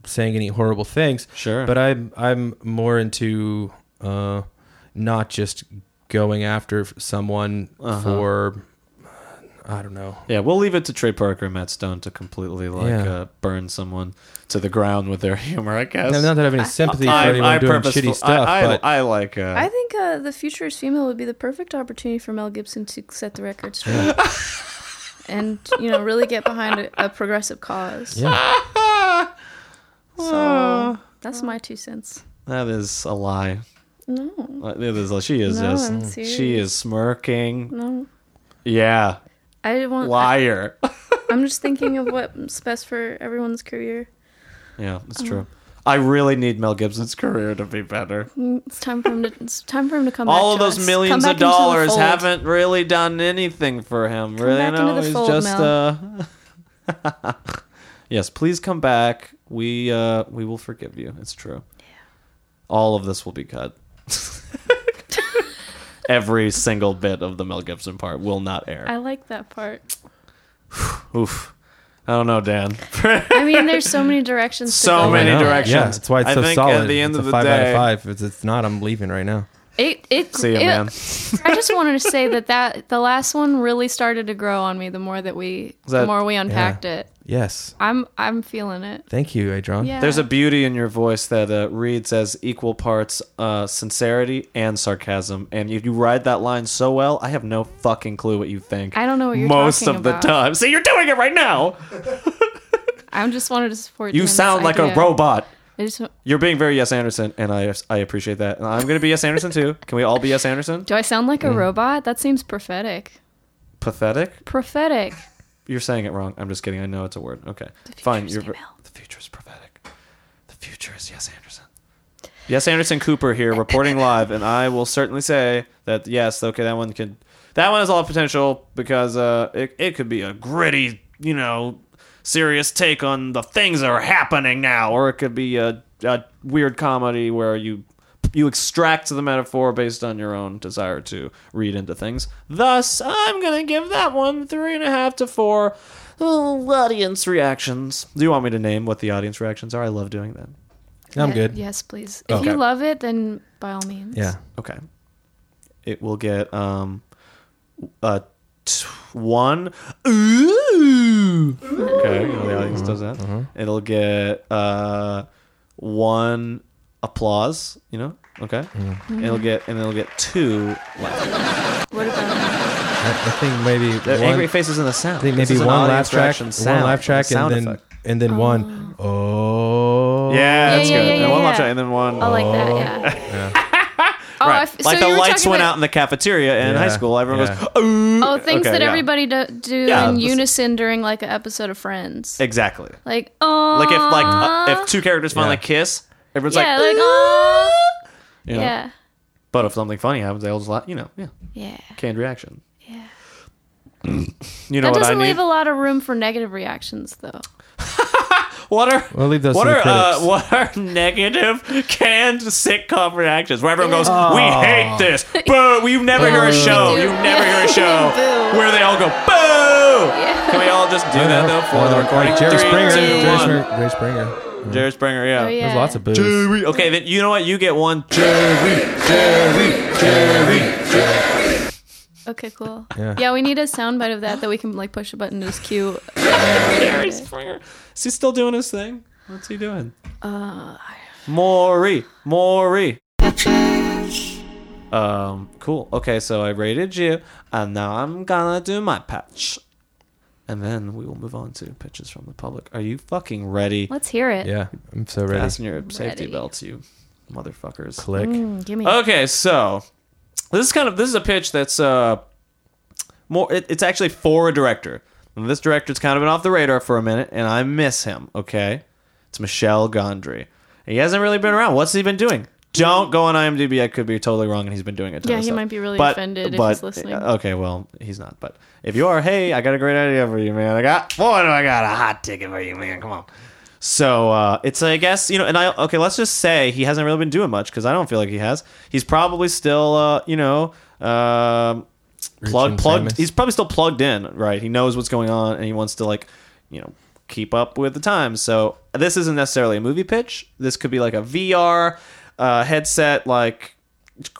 C: saying any horrible things.
B: Sure.
C: but I'm I'm more into uh, not just going after someone
B: Uh-huh.
C: for I don't know.
B: yeah, we'll leave it to Trey Parker and Matt Stone to completely like
C: Yeah.
B: uh, burn someone to the ground with their humor. I guess.
C: Not that I have any sympathy for anyone doing
B: purposeful-
C: shitty stuff,
B: I, I,
C: but
B: I like. Uh,
A: I think uh, the future is female would be the perfect opportunity for Mel Gibson to set the record straight, and you know really get behind a, a progressive cause.
C: yeah,
A: So that's my two cents.
B: That is a lie.
A: No,
B: Uh, It is. She is
A: No,
B: just. mm,
A: I'm
B: she is
A: serious.
B: smirking.
A: no,
B: Yeah,
A: I didn't want.
B: liar.
A: I'm just thinking of what's best for everyone's career.
B: yeah, that's true. I really need Mel Gibson's career to be better.
A: Mm, It's time for him to. It's time for him to come.
B: All of
A: back to
B: those
A: us.
B: millions
A: Come
B: of
A: back into the
B: dollars
A: fold.
B: haven't really done anything for him. really,
A: back into
B: no,
A: the
B: he's
A: fold,
B: just.
A: Mel.
B: Uh, uh, yes, please come back. We uh, we will forgive you. It's true. All of this will be cut. Every single bit of the Mel Gibson part will not
A: I
B: air.
A: like that part.
B: Oof. I don't know, Dan.
A: I mean, there's so many directions. to
B: So
A: go
B: many
A: in
C: Oh, I know.
A: it.
B: directions.
C: Yeah, that's why it's
B: I
C: so
B: think
C: solid.
B: at the end
C: it's
B: of
C: a
B: the
C: five out
B: day-
C: of five. If it's, it's not, I'm leaving right now.
A: It it.
B: See ya,
A: it-
B: man.
A: I just wanted to say that that the last one really started to grow on me. The more that we,
B: that-
A: the more we unpacked it.
C: Yes.
A: I'm I'm feeling it.
C: Thank you, Adron.
A: Yeah.
B: There's a beauty in your voice that uh, reads as equal parts uh, sincerity and sarcasm, and you, you ride that line so well. I have no fucking clue what you think.
A: I don't know what Oh, you're
B: most
A: talking
B: of the
A: about.
B: time. See, you're doing it right now.
A: I just wanted to support.
B: You
A: in this
B: sound like a
A: idea.
B: robot.
A: I just-
B: You're being very yes Anderson, and I I appreciate that. And I'm gonna be yes Anderson too. Can we all be yes Anderson?
A: do I sound like
C: Mm.
A: a robot? That seems prophetic.
B: Pathetic.
A: Prophetic.
B: You're saying it wrong. I'm just kidding. I know it's a word. Okay, fine.
A: future's
B: You're
A: female.
B: the future is prophetic. The future is yes Anderson. Yes Anderson Cooper here reporting live, and I will certainly say that yes. Okay, that one could. That one has a lot of potential because uh, it it could be a gritty, you know, serious take on the things that are happening now, or it could be a, a weird comedy where you you extract the metaphor based on your own desire to read into things. Thus, I'm gonna give that one three and a half to four oh, audience reactions. Do you want me to name what the audience reactions are? I love doing that.
C: I'm
A: Yeah,
C: good.
A: Yes, please. If
C: Okay.
A: you love it, then by all means.
C: Yeah.
B: Okay. It will get um uh t- one ooh. Okay, you know the audience does that.
C: Mm-hmm.
B: It'll get uh one applause, you know? Okay.
C: Mm-hmm.
B: It'll get and it'll get two laughs.
A: What about
C: I, I think maybe
B: They're
C: one,
B: angry faces in the sound.
C: I think
B: This
C: maybe
B: is an
C: one
B: audience
C: laugh track,
B: reaction sound,
C: one laugh track, and
B: sound
C: then
B: effect.
C: and then one. Oh.
B: Yeah, that's
A: yeah,
B: good.
A: yeah,
B: and
A: yeah,
B: one laugh
A: yeah.
B: track and then one
A: I like that? Yeah. oh, I
B: Right.
A: f- so
B: like
A: you
B: the
A: were
B: lights
A: talking
B: went
A: about-
B: out in the cafeteria in high
C: Yeah,
B: school. Everyone
C: yeah.
B: goes, ooh.
A: Oh, things
B: Okay,
A: that
B: yeah.
A: everybody do, do
B: Yeah,
A: in
B: this-
A: unison during like an episode of Friends.
B: Exactly.
A: like, oh.
B: Like if like uh, if two characters finally
C: Yeah.
B: kiss, everyone's
A: Yeah,
B: like,
A: like, oh.
B: you know?
A: Yeah.
B: But if something funny happens, they'll just laugh. You know, yeah,
A: Yeah.
B: canned reaction.
A: Yeah.
B: You know
A: That
B: what I
A: doesn't
B: need?
A: leave a lot of room for negative reactions, though.
B: what are
C: We'll leave those
B: what
C: to the
B: are uh,
C: critics.
B: what are negative canned sitcom reactions where everyone goes, "We hate this," boo. You never hear a show. You never hear a show
A: Boo.
B: where they all go, "Boo." Can we all just do that though for the
C: Uh,
B: recording?
C: Like Jerry
B: Three,
C: Springer.
B: two,
C: Jerry
B: one.
C: Springer. Jerry Springer.
B: Jerry Springer. Yeah.
A: Oh, yeah.
C: There's lots of boos.
B: Jerry. Okay, then you know what? You get one. Jerry.
A: Okay, cool.
C: Yeah.
A: Yeah. we need a soundbite of that that we can like push a button to just cue.
B: Jerry Springer. Is he still doing his thing? What's he doing? Uh, Maury, Maury. Um, cool. Okay, so I rated you, and now I'm gonna do my patch, and then we will move on to pitches from the public. Are you fucking ready?
A: Let's hear it.
C: Yeah, I'm so ready.
B: Fasten your safety
A: Ready.
B: belts, you motherfuckers.
C: Click.
A: Mm, give me.
B: Okay, so this is kind of this is a pitch that's uh more it, it's actually for a director. And this director's kind of been off the radar for a minute and I miss him, okay? It's Michelle Gondry. He hasn't really been around. What's he been doing? Don't go on IMDb. I could be totally wrong, and he's been doing it.
A: Yeah, he might be really offended if he's listening.
B: Okay, well, he's not. But if you are, hey, I got a great idea for you, man. I got boy, do I got a hot ticket for you, man. Come on. So uh, it's I guess you know, and I okay. Let's just say he hasn't really been doing much because I don't feel like he has. He's probably still uh, you know um,
C: Rich
B: plug
C: and
B: plugged.
C: famous.
B: He's probably still plugged in, right? He knows what's going on and he wants to like you know keep up with the times. So this isn't necessarily a movie pitch. This could be like a VR uh, headset, like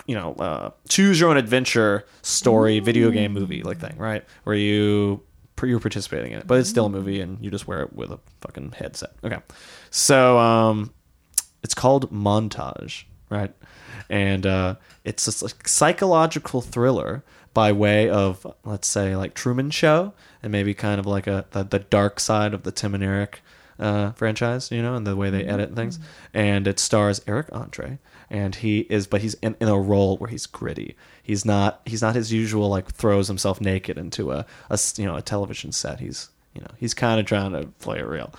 B: you know, uh, choose your own adventure story, video game movie like thing, right? Where you you're participating in it, but it's still a movie, and you just wear it with a fucking headset. Okay, so um, it's called Montage, right? And uh, it's a psych- psychological thriller by way of, let's say, like Truman Show, and maybe kind of like a the, the dark side of the Tim and Eric uh, franchise, you know, and the way they edit things. And it stars Eric Andre, and he is, but he's in, in a role where he's gritty. He's not he's not his usual like throws himself naked into a, a s- you know a television set. He's you know he's kind of trying to play it real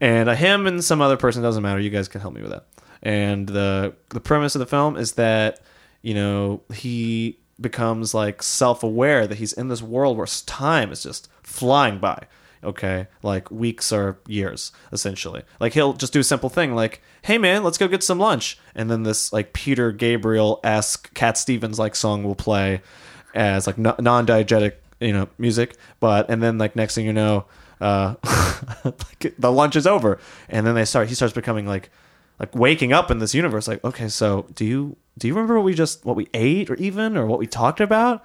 B: and uh, him and some other person doesn't matter you guys can help me with that and the the premise of the film is that you know he becomes like self-aware that he's in this world where s- time is just flying by okay, like weeks or years, essentially. Like he'll just do a simple thing like, hey man, let's go get some lunch. And then this like Peter Gabriel esque Cat Stevens like song will play as like no- non diegetic, you know, music. But, and then like next thing you know, uh, like the lunch is over. And then they start, he starts becoming like, like waking up in this universe like okay so do you do you remember what we just what we ate or even or what we talked about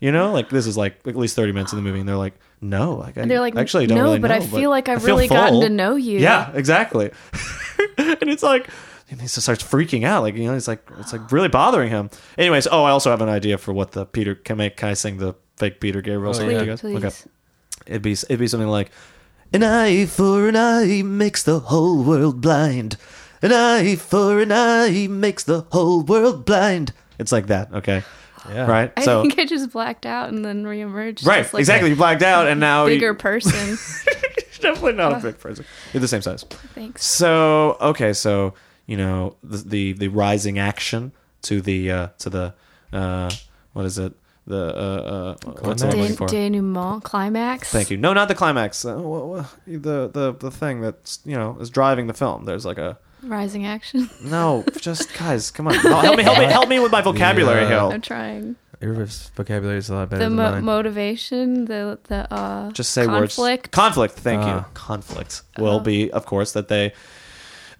B: you know like this is like at least 30 minutes of the movie and they're like no like i
A: And they're like,
B: actually I don't
A: "No,
B: really
A: but
B: know,
A: I feel like I've really
B: full."
A: gotten to know you.
B: yeah exactly and it's like and he just starts freaking out like you know he's like it's like really bothering him anyways oh i also have an idea for what the peter can make can i sing the fake peter gabriel song
A: Please,
B: to you guys?
A: please.
B: okay It'd be it'd be something like, "An eye for an eye makes the whole world blind. An eye for an eye makes the whole world blind." It's like that, okay?
C: Yeah.
B: Right.
A: I
B: so
A: think I just blacked out and then reemerged.
B: right,
A: as, like,
B: exactly. You blacked out, and
A: a
B: now
A: bigger Uh.
B: you,
A: person.
B: you're definitely not a big person. You're the same size.
A: Thanks.
B: So okay, so you know the the, the rising action to the uh, to the uh, what is it? The uh, uh, what's the word I'm looking
A: Den-
B: for?
A: denouement, climax.
B: Thank you. No, not the climax. Uh, wha- wha- the the the thing that's you know is driving the film. There's like a
A: Rising action.
B: no. Just guys, come on. Help help me. Help me. Help me with my vocabulary
C: Yeah.
A: I'm
B: here.
A: trying.
C: Everybody's vocabulary is a lot better
A: The
C: than
A: mo-
C: mine.
A: motivation, the the uh
B: Just say words.
A: conflict. Uh-huh.
B: Conflict. Thank you.
C: Ah.
B: Conflict will be, of course, that they.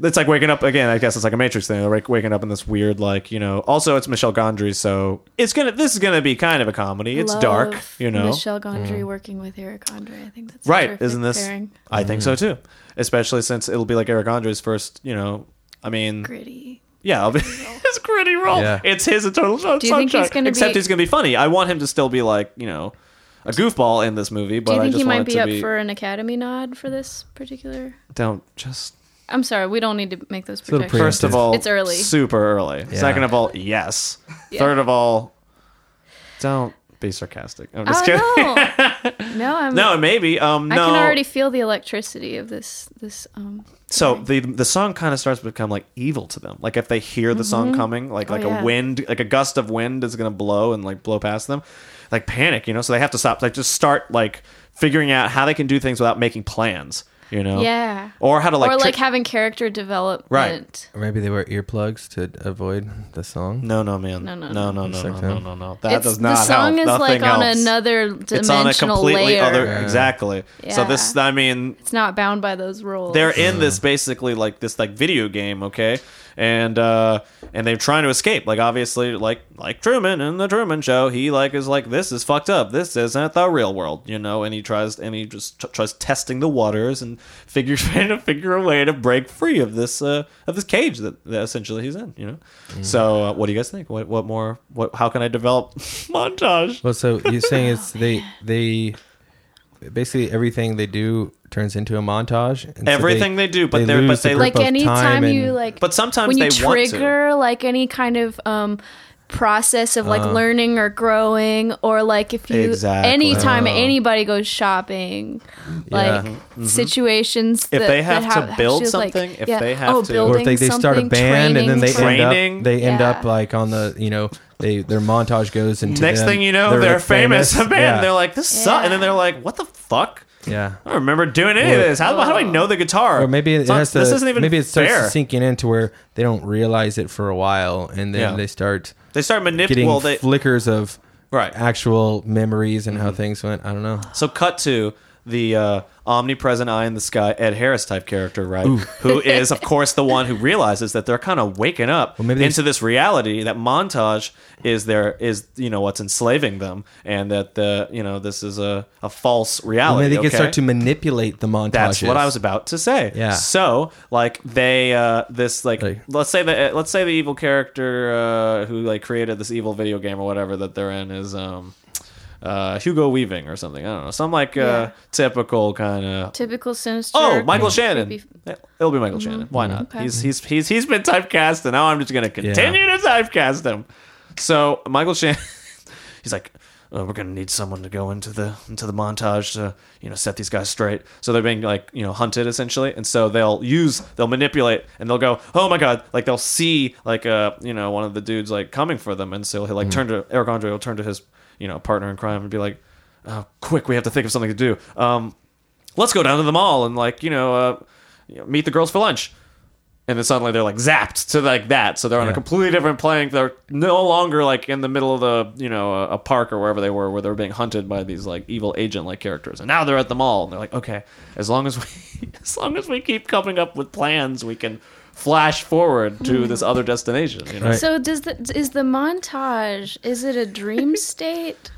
B: It's like waking up again. I guess it's like a Matrix thing. They're like waking up in this weird, like you know. Also, it's Michelle Gondry, so it's gonna. This is gonna be kind of a comedy. It's
A: Love
B: dark, you know. Mm.
A: Michelle Gondry working with Eric Andre. I think that's a
B: Right,
A: perfect
B: isn't this?
A: pairing.
B: I think so too. Especially since it'll be like Eric Andre's first, you know. I mean,
A: gritty?
B: Yeah, I'll be, it's gritty role.
C: Yeah.
B: It's his eternal sunshine.
A: Do you think he's gonna
B: Except
A: be-
B: he's going to be funny. I want him to still be like you know a goofball in this movie, but
A: Do you
B: I
A: think
B: just
A: he
B: want
A: might
B: it
A: be
B: to
A: up
B: be
A: for an Academy nod for this particular?
B: don't just
A: I'm sorry, we don't need to make those
C: little
A: projections.
B: first of all
A: It's early.
B: super early.
C: Yeah.
B: Second of all, yes. Third of all, don't be sarcastic. I'm just kidding.
A: oh, no, no, I'm,
B: No, maybe. Um, no.
A: I can already feel the electricity of this. This um,
B: So the the song kind of starts to become like evil to them. Like if they hear the song coming, like like
A: Mm-hmm. Oh, yeah.
B: a wind, like a gust of wind is gonna blow and like blow past them, like panic, you know. So they have to stop. Like just start like figuring out how they can do things without making plans, you know.
A: yeah,
B: Oh. Or how to like.
A: or like
B: trick-
A: having character development.
B: Right.
C: Or maybe they wear earplugs to avoid the song.
B: no, no, man. No,
A: No,
B: no,
A: no,
B: no, no, no,
C: It's
B: no,
C: like
B: no,
C: that.
B: no, no. That
A: It's-
B: does not
A: The song
B: help.
A: is like
B: Nothing
A: on
B: helps.
A: another dimensional
B: It's on a completely
A: layer.
B: other
C: Yeah.
B: exactly. So this,
A: Yeah.
B: I mean,
A: It's not bound by those rules.
B: they're in this basically like this like video game okay and uh and they're trying to escape like obviously like like truman in the truman show he like is like this is fucked up this isn't the real world you know and he tries and he just t- tries testing the waters and figures trying to figure a way to break free of this uh of this cage that, that essentially he's in you know so uh, what do you guys think what what more what how can i develop montage
C: Well, so you're saying it's they they basically everything they do turns into a montage. and so
B: Everything they do, but they're- but
C: lose the
B: they-
C: grip
A: like
C: of
A: anytime
C: time
A: you
C: and-
A: like
B: but sometimes
A: when you
B: they want to.
A: trigger like any kind of um process of like learning or growing or like if you
B: Uh. Exactly. Uh.
A: anytime anybody goes shopping like situations
B: Mm-hmm. If
A: that,
B: they have
A: that
B: to build
A: like-
B: something, if they have
A: oh,
B: to-
A: building
B: Or
C: or if they, they start a
A: something,
C: band and then they
A: training
B: Training.
C: end up they end
A: Yeah.
C: up like on the you know they their montage goes into
B: Next
C: them,
B: thing you know, they're,
C: like,
B: famous. Man,
C: Yeah.
B: they're like this sucks,
A: Yeah.
B: and then they're like, "What the fuck?
C: yeah.
B: I don't remember doing any
C: Or-
B: of this. How, how do I know the guitar?
C: Or maybe it
B: It's not-
C: has to.
B: this isn't even
C: maybe it starts
B: fair.
C: sinking into where they don't realize it for a while, and then
B: Yeah.
C: they start
B: They start manipulating.
C: getting
B: Well, they
C: flickers of
B: Right. Mm-hmm.
C: actual memories and how things went. I don't know.
B: so cut to the uh, omnipresent eye in the sky Ed Harris type character, right? Who is, of course, the one who realizes that they're kind of waking up
C: maybe they-
B: into this reality that montage is their is you know what's enslaving them, and that the you know this is a, a false
C: Well,
B: reality.
C: maybe they can
B: okay?
C: start to manipulate the montages.
B: That's what I was about to say.
C: Yeah.
B: So, like, they uh, this like,
C: Like-
B: let's say that let's say the evil character uh, who like created this evil video game or whatever that they're in is um, uh, Hugo Weaving or something. I don't know. Some like uh,
A: Yeah.
B: typical kind of.
A: typical sinister
B: Oh, Michael Shannon.
A: creepy-
B: It'll be Michael Shannon. Why not?
A: Okay.
B: He's he's he's he's been typecast, and now I'm just gonna continue to typecast him. So Michael Shannon, he's like, oh, we're gonna need someone to go into the into the montage to you know set these guys straight. So they're being like you know hunted essentially, and so they'll use they'll manipulate and they'll go, oh my god, like they'll see like uh you know one of the dudes like coming for them, and so he'll like turn to Eric Andre will turn to his you know partner in crime and be like, oh, quick, we have to think of something to do. Um, let's go down to the mall and like you know, uh, you know, meet the girls for lunch. And then suddenly they're like zapped to like that, so they're on a completely different plane. They're no longer like in the middle of the you know a, a park or wherever they were, where they were being hunted by these like evil agent like characters. And now they're at the mall, and they're like, okay, as long as we as long as we keep coming up with plans, we can flash forward
A: Hmm.
B: to this other destination. You know?
C: Right.
A: So does the is the montage? Is it a dream state,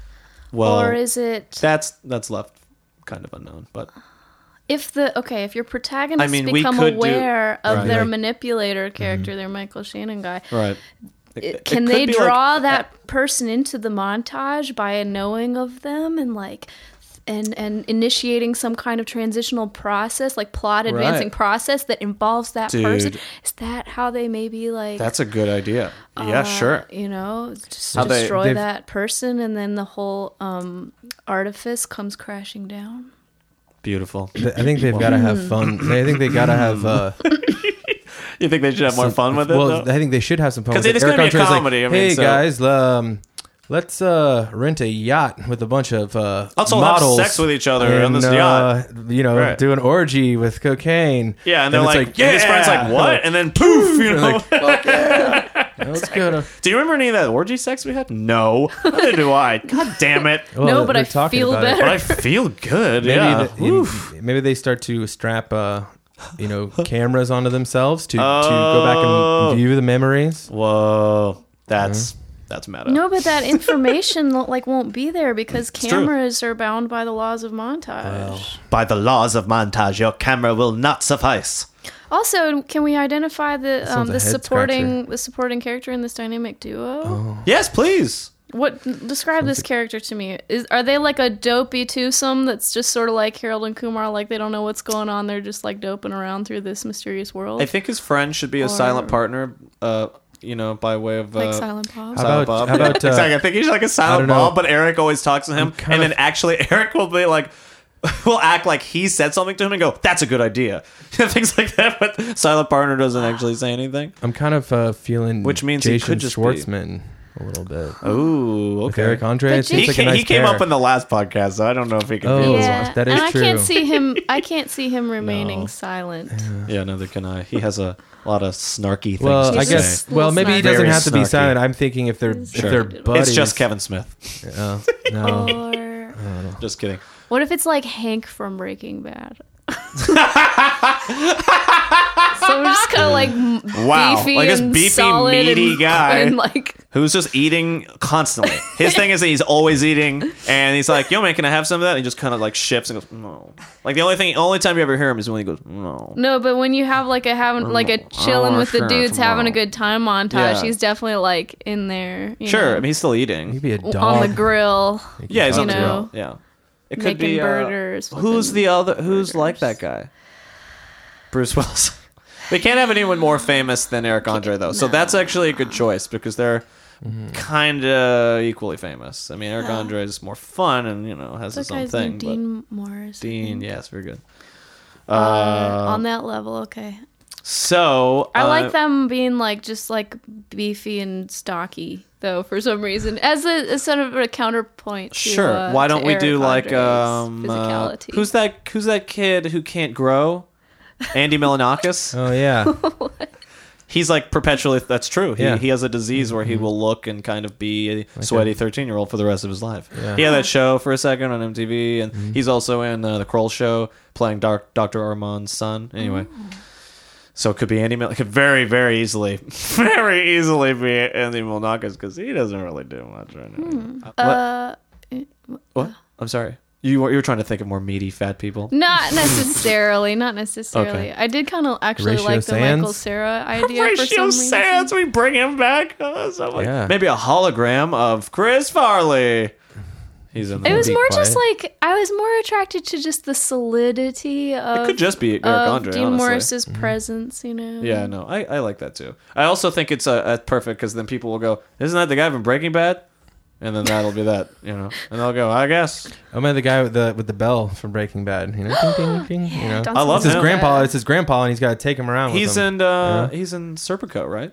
B: Well,
A: or is it
B: that's that's left kind of unknown, but
A: if the okay if your protagonists
B: I mean, we
A: become
B: could do-
A: aware of
B: Right.
A: their
B: Like-
A: manipulator character, their Michael Shannon guy?
B: right.
A: it- can
B: could
A: they
B: be like-
A: draw that person into the montage by a knowing of them and like and and initiating some kind of transitional process like plot advancing process that involves that person
B: Dude.
A: is that how they maybe like
B: That's a good idea.
A: Uh,
B: yeah, sure.
A: you know just
B: How they-
A: destroy
C: they've-
A: that person and then the whole um artifice comes crashing down
B: Beautiful.
C: Th- I think they've got to have fun. I think they got to have. Uh,
B: You think they should have more
C: some-
B: fun with it?
C: Well,
B: though?
C: I think they should have some fun.
B: 'Cause it
C: with
B: is gonna be a
C: Entre's
B: comedy, I
C: Like,
B: mean,
C: hey
B: so-
C: guys, um, let's uh, rent a yacht with a bunch of uh,
B: Let's all have
C: models.
B: sex with each other on
C: and,
B: this
C: uh,
B: yacht."
C: You know,
B: Right.
C: do an orgy with cocaine.
B: yeah, and they're
C: it's
B: like, yeah. his friend's like,
C: yeah.
B: what? And then poof, you know.
C: Let's go to.
B: do you remember any of that orgy sex we had? No, neither do I. God damn it!
C: Well,
A: no but
C: they're
A: i
C: talking
A: feel
C: about it.
A: better
B: But I feel good.
C: Maybe,
B: yeah.
C: the- in- maybe they start to strap, uh, you know, cameras onto themselves to, to go back
B: Oh.
C: and view the memories.
B: Whoa, that's that's meta.
A: No, but that information like won't be there because
B: true.
A: cameras are bound by the laws of montage.
B: By the laws of montage, your camera will not suffice.
A: Also, can we identify the um,
C: sounds a
A: the
C: head
A: supporting
C: scratcher. Oh.
A: the supporting character in this dynamic duo?
B: Yes, please.
A: What describe this character to me? Is are they like a dopey twosome that's just sort of like Harold and Kumar, like they don't know what's going on, they're just like doping around through this mysterious world,
B: I think his friend should be a silent partner. Uh, you know, by way of uh,
A: like Silent Bob.
C: How
B: Silent
C: about-
B: Bob.
C: how about, uh,
B: exactly. I think he's like a
C: I
B: silent
C: don't know.
B: Bob, but Eric always talks to him,
C: kind
B: and
C: of-
B: then actually Eric will be like, will act like he said something to him and go, "That's a good idea," things like that. But silent partner doesn't actually say anything.
C: I'm kind of uh, feeling
B: Which means he
C: Jason
B: could just be-
C: Schwartzman a little bit.
B: Ooh,
C: With Eric Andre,
A: But
C: it
A: Jason-
B: He,
C: seems like a
B: came,
C: nice
B: he came
C: pair.
B: up in the last podcast, so I don't know if he can.
C: Oh,
B: do this
A: yeah,
C: that is
A: and I can't
C: true.
A: see him. I can't see him remaining
C: No.
A: silent.
B: one. Yeah, neither can I. He has a lot of snarky things.
C: Well,
B: to
C: I
A: He's
C: guess.
A: just
B: say.
A: a little
C: Well, maybe he
A: snarky.
C: doesn't
B: Very
C: have to be
B: snarky.
C: silent. I'm thinking if they're
A: Sure.
C: if they're
A: It's
C: buddies.
B: it's just Kevin Smith.
C: Oh, no.
A: Or
B: Just kidding.
A: what if it's like Hank from Breaking Bad? so we're just kind of like m-
B: Wow,
A: beefy
B: like this
A: and
B: beefy,
A: solid
B: meaty
A: and,
B: guy.
A: and like
B: who's just eating constantly. His thing is that he's always eating, and he's like, "Yo, man, can I have some of that?" And he just kind of like shifts and goes, "No." Like the only thing, only time you ever hear him is when he goes, "No."
A: No, but when you have like a having like a chilling
B: Oh,
A: with the
B: sure,
A: dudes
B: tomorrow.
A: having a good time montage,
B: Yeah.
A: he's definitely like in there. You
B: Sure,
A: know,
B: I mean he's still eating.
C: Maybe a
A: w-
C: dog.
A: on the grill.
B: Yeah, he's
A: you
B: on the grill.
A: know,
B: Yeah, it could
A: making
B: be. Uh,
A: burgers.
B: who's
A: flipping-
B: the other? Who's like that
A: burgers.
B: guy? Bruce Willis. They can't have anyone more famous than Eric Andre though, so that's actually a good choice because they're. Kind of equally famous. I mean, Eric Andre is more fun and you know has
A: That
B: his own
A: guy's
B: thing.
A: named
B: but- Dean,
A: Dean Morris. I think.
B: yes, very good.
A: Mm-hmm. Uh,
B: Uh,
A: on that level, okay.
B: So
A: I
B: uh,
A: like them being like just like beefy and stocky though for some reason as a, as sort of a counterpoint. To,
B: Sure.
A: uh,
B: Why
A: to
B: don't we do
A: Eric
B: like
A: Andre's
B: um uh,
A: physicality?
B: who's that who's that kid who can't grow? Andy Milanakis.
C: Oh yeah.
B: He's like perpetually that's true. He,
C: Yeah. Mm-hmm.
B: he has a disease where he will look and kind of be a sweaty 13-year-old for the rest of his life.
C: Yeah. Mm-hmm.
B: He had that show for a second on MTV and he's also in uh, the Kroll show playing Dark, Dr. Armand's son. Anyway. So it could be Andy Mil- it could very very easily very easily be Andy Milanakis cuz he doesn't really do much right now. What-
A: uh,
B: What? I'm sorry. You were, you were trying to think of more meaty fat people.
A: Not necessarily, not necessarily.
B: Okay.
A: I did kind of actually
C: Horatio
A: like the Michael
C: Sands?
A: Sarah idea for some
B: Horatio
A: reason.
B: Sands, we bring him back. Uh, so like-
C: Yeah.
B: Maybe a hologram of Chris Farley. He's in the
A: It was
B: movie.
A: more just like I was more attracted to just the solidity of,
B: It could just be Eric
A: uh, of
B: Andre,
A: Dean
B: honestly.
A: Morris's presence. You know.
B: Yeah, no, I, I like that too. I also think it's uh, uh, perfect because then people will go, "Isn't that the guy from Breaking Bad?" And then that'll be that, you know. And they'll go, "I guess."
C: I mean Oh, the guy with the with the bell from Breaking Bad. You know, ding, ding, ding, you know.
A: Don't
B: I love
C: It's his
A: say
B: him.
A: that.
C: grandpa. It's his grandpa, and he's got to take him around.
B: He's
C: with him.
B: in uh,
C: Yeah.
B: he's in Serpico, right?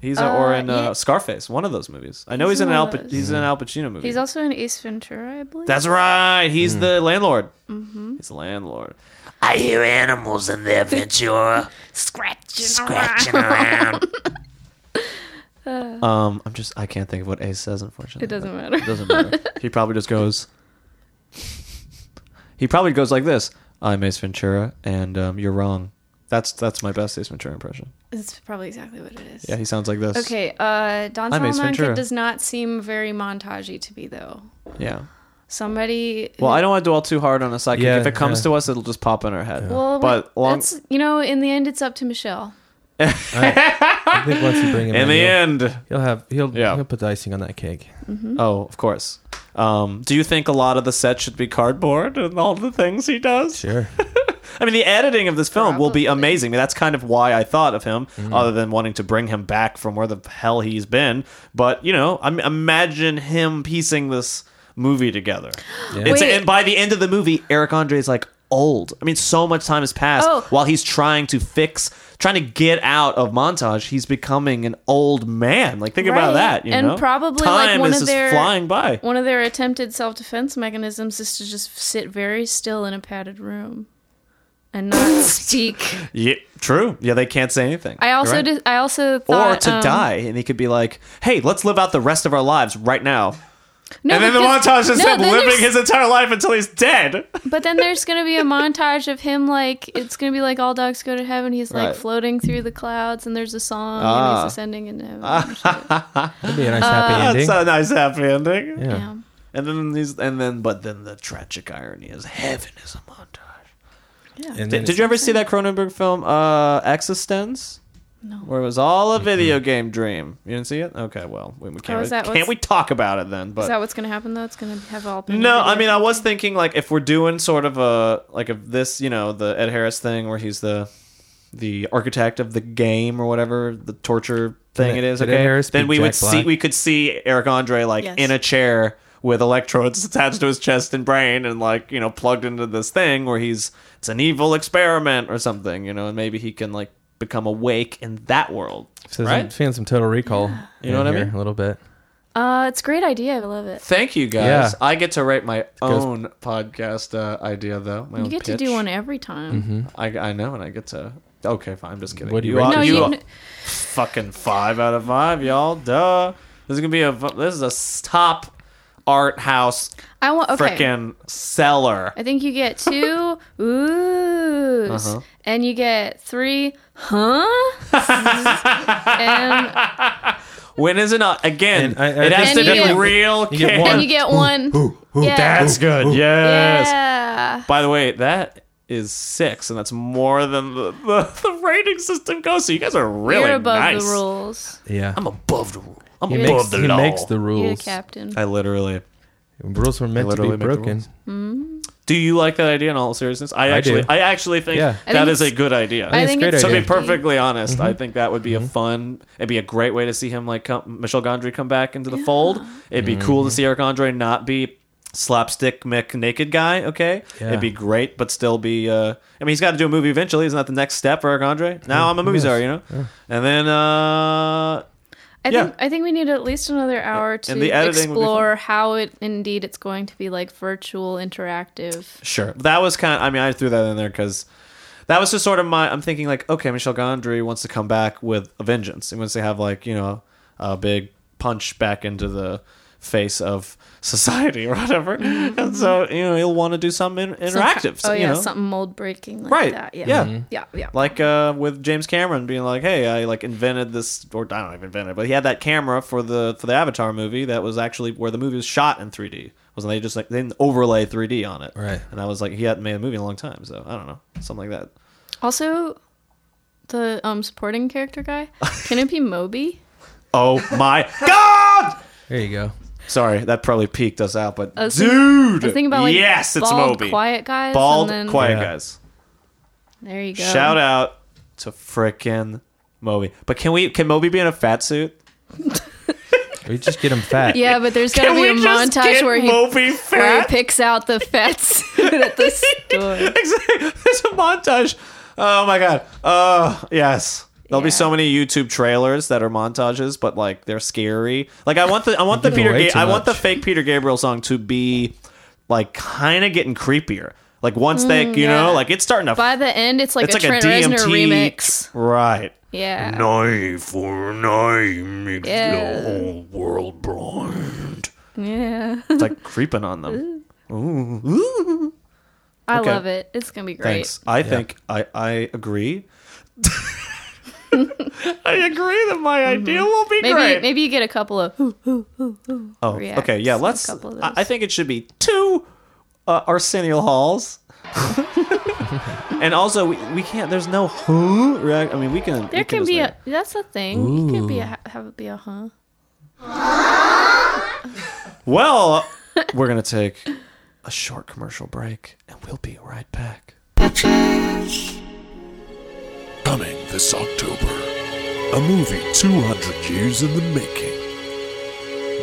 B: He's uh, or in uh,
A: yeah.
B: Scarface, one of those movies. I know he's,
A: He's
B: in an
A: in
B: Al,
A: one of
B: Pa-
A: those.
B: he's in an Al Pacino movie.
A: He's also in Ace Ventura, I believe.
B: That's right. He's
C: Hmm.
B: the landlord.
A: Mm-hmm.
B: He's the landlord.
E: I hear animals in there, Ventura,
A: scratching,
E: scratching around.
B: Um, I'm just I can't think of what Ace says. Unfortunately,
A: It doesn't
B: But
A: matter.
B: It doesn't matter. he probably just goes. He probably goes like this. I'm Ace Ventura, and um, you're wrong. That's that's my best Ace Ventura impression.
A: That's probably exactly what it is.
B: Yeah, he sounds like this.
A: Okay, uh, Don
B: I'm Ace Ventura.
A: Salamanca does not seem very montagey to me, though.
B: Yeah.
A: Somebody.
B: Well, I don't want to dwell too hard on a psychic.
C: Yeah,
B: if it comes
C: yeah.
B: to us, it'll just pop in our head.
A: Well,
B: but long
A: that's you know, in the end, it's up to Michelle.
C: I think once you bring him
B: in the
C: he'll,
B: end.
C: he'll have he'll
B: uh, Yeah.
C: he'll put the icing on that cake.
B: Oh, of course. Um, do you think a lot of the set should be cardboard and all the things he does?
C: Sure.
B: I mean, the editing of this film will be
A: Probably.
B: amazing. That's kind of why I thought of him, other than wanting to bring him back from where the hell he's been. But you know, I mean, imagine him piecing this movie together. It's,
A: Wait.
B: and by the end of the movie, Eric Andre is like old. I mean, so much time has passed
A: Oh.
B: while he's trying to fix, trying to get out of montage. He's becoming an old man. Like think about
A: Right.
B: that. You
A: and
B: know?
A: probably like
B: time
A: one
B: is
A: of
B: just
A: their
B: flying by.
A: One of their attempted self-defense mechanisms is to just sit very still in a padded room and not speak.
B: Yeah, true. Yeah, they can't say anything.
A: I
B: You're
A: also
B: right.
A: did, I also thought
B: or to
A: um,
B: die, and he could be like, "Hey, let's live out the rest of our lives right now."
A: No,
B: and then the
A: because-
B: montage is
A: no,
B: him
A: then
B: living
A: there's-
B: his entire life until he's dead.
A: But then there's gonna be a montage of him like it's gonna be like all dogs go to heaven. He's like
B: Right.
A: floating through the clouds, and there's a song, and
B: Ah.
A: he's ascending into heaven.
C: That'd be a nice happy ending.
B: That's uh, a nice happy ending.
C: yeah.
A: Uh, yeah.
B: And then he's, and then, but then the tragic irony is heaven is a montage.
C: And
B: Did,
C: then
B: did you ever see that Cronenberg film, uh, Existence?
A: No.
B: Where it was all a video game dream. You didn't see it? Okay, well, we, we can't,
A: is that
B: can't
A: what's-
B: we talk about it then? But
A: Is that what's gonna happen though? It's gonna have all. been
B: No, I
A: video-
B: mean I was thinking like if we're doing sort of a like of this, you know, the Ed Harris thing where he's the the architect of the game or whatever the torture thing
C: Did-
B: it is.
C: did Ed
B: Okay,
C: Harris
B: then
C: beat
B: we would
C: Jack
B: see
C: Black?
B: we could see Eric Andre like
A: Yes.
B: in a chair with electrodes attached to his chest and brain and like you know plugged into this thing where he's it's an evil experiment or something, you know, and maybe he can like become awake in that world,
C: So I'm
B: right?
C: feeling some total recall.
B: You know what
C: in
B: I
C: here
B: mean?
C: A little bit.
A: Uh, it's a great idea. I love it.
B: Thank you guys.
C: Yeah.
B: I get to rate my
C: goes-
B: own podcast uh, idea though. My
A: You
B: own
A: get to
B: pitch. Mm-hmm.
A: do one every time.
B: I, I know, and I get to. Okay, fine. I'm just kidding.
C: What do you
B: you
C: rate
B: all,
A: No,
C: Oh,
B: you,
A: you.
B: all-
A: kn-
B: fucking five out of five, y'all. Duh. This is gonna be a. fu- This is a s- top art house
A: I want. Oh, Okay.
B: frickin' seller.
A: I think you get two oohs,
B: Uh-huh.
A: and you get three huh, and,
B: When is it not? Again,
C: And I- I
B: it has to
A: think- And you
B: be
A: get-
B: real.
C: you get
B: care.
C: one.
A: and you get one. yeah.
B: That's good. Yes.
A: Yeah.
B: By the way, that is six, and that's more than the, the, the rating system goes. So you guys are really
A: You're above
B: nice.
A: the rules.
C: Yeah.
B: I'm above the rule. I'm
A: He
B: above
A: makes-
B: the
C: he
B: law.
C: makes the
A: You're the
C: rules.
A: captain.
B: I literally.
C: Rules were meant to
B: literally
C: be
B: make the
C: broken.
B: rules. Do you like that idea in all seriousness? I actually,
C: do.
B: I, actually think
C: Yeah.
A: I
B: that
A: think
B: is a
A: it's-
B: good idea.
A: I
C: it's
A: think
C: a great
A: it's
B: to be
C: idea.
B: perfectly honest, I think that would be a fun. It'd be a great way to see him like come, Michel Gondry come back into the fold. It'd be cool to see Eric Andre not be slapstick Mick naked guy. Okay,
C: Yeah.
B: it'd be great, but still be. Uh, I mean, he's got to do a movie eventually. Isn't that the next step for Eric Andre? Now I'm a movie star, you know. And then uh,
A: I
B: Yeah.
A: think I think we need at least another hour to
B: the editing would be
A: explore how it indeed it's going to be like virtual interactive.
B: Sure. That was kind of, I mean, I threw that in there because that was just sort of my, I'm thinking like, okay, Michel Gondry wants to come back with a vengeance. He wants to have like, you know, a big punch back into the face of society or whatever. And so, you know, he'll want to do something in- interactive.
A: Oh
B: you
A: yeah,
B: know?
A: something mold breaking like
B: Right.
A: that.
B: Yeah.
A: Yeah.
C: Mm-hmm.
A: Yeah. Yeah.
B: Like uh, with James Cameron being like, "Hey, I like invented this, or I don't know if invented, but he had that camera for the for the Avatar movie that was actually where the movie was shot in 3D. Wasn't they just like they didn't overlay 3D on it?
C: Right.
B: And I was like, he hadn't made a movie in a long time, so I don't know, something like that.
A: Also the um supporting character guy, can it be Moby?
B: Oh my god!
C: There you go.
B: Sorry, that probably peaked us out, but
A: I was thinking-
B: dude,
A: I was thinking about like
B: yes, it's
A: bald,
B: Moby,
A: quiet guys.
B: bald,
A: and then,
B: quiet
C: Yeah.
B: guys.
A: There you go.
B: Shout out to frickin' Moby. But can we? Can Moby be in a fat suit?
C: We just get him fat.
A: Yeah, but there's gotta
B: Can
A: be
B: we
A: a
B: just
A: montage
B: get
A: where he
B: Moby
A: where he
B: fat?
A: picks out the fat suit at the store.
B: Exactly. There's a montage. Oh my god. Uh yes. There'll be
A: Yeah.
B: so many YouTube trailers that are montages, but like they're scary. Like I want the I want the
C: Giving
B: Peter
C: away
B: Ga-
C: too
B: I want the
C: much.
B: fake Peter Gabriel song to be like kind of getting creepier. Like once they you
A: Mm, yeah.
B: know like it's starting to
A: By the end, it's like
B: it's
A: a
B: like a
A: Trent Reznor
B: DMT
A: remix.
B: right.
A: Yeah.
E: Knife for knife makes
A: Yeah.
E: the whole world blind.
A: Yeah.
B: It's like creeping on them.
A: I
B: Okay.
A: love it. It's going to be great.
B: Thanks. I think I I agree. I agree that my idea will be
A: Mm-hmm. Maybe
B: great.
A: maybe you get a couple of
B: oh,
A: reacts
B: okay. Yeah,
A: to a
B: let's.
A: couple of
B: I, I
A: those.
B: think it should be two uh, Arsenio Halls. and also, we, we can't. There's no who. Right? I mean, we can.
A: There
B: we
A: can
B: just
A: be
B: like-
A: a that's a thing. You can be a ha- have it be a huh.
B: Well, we're gonna take a short commercial break, and we'll be right back.
F: Coming this October, a movie 200 years in the making.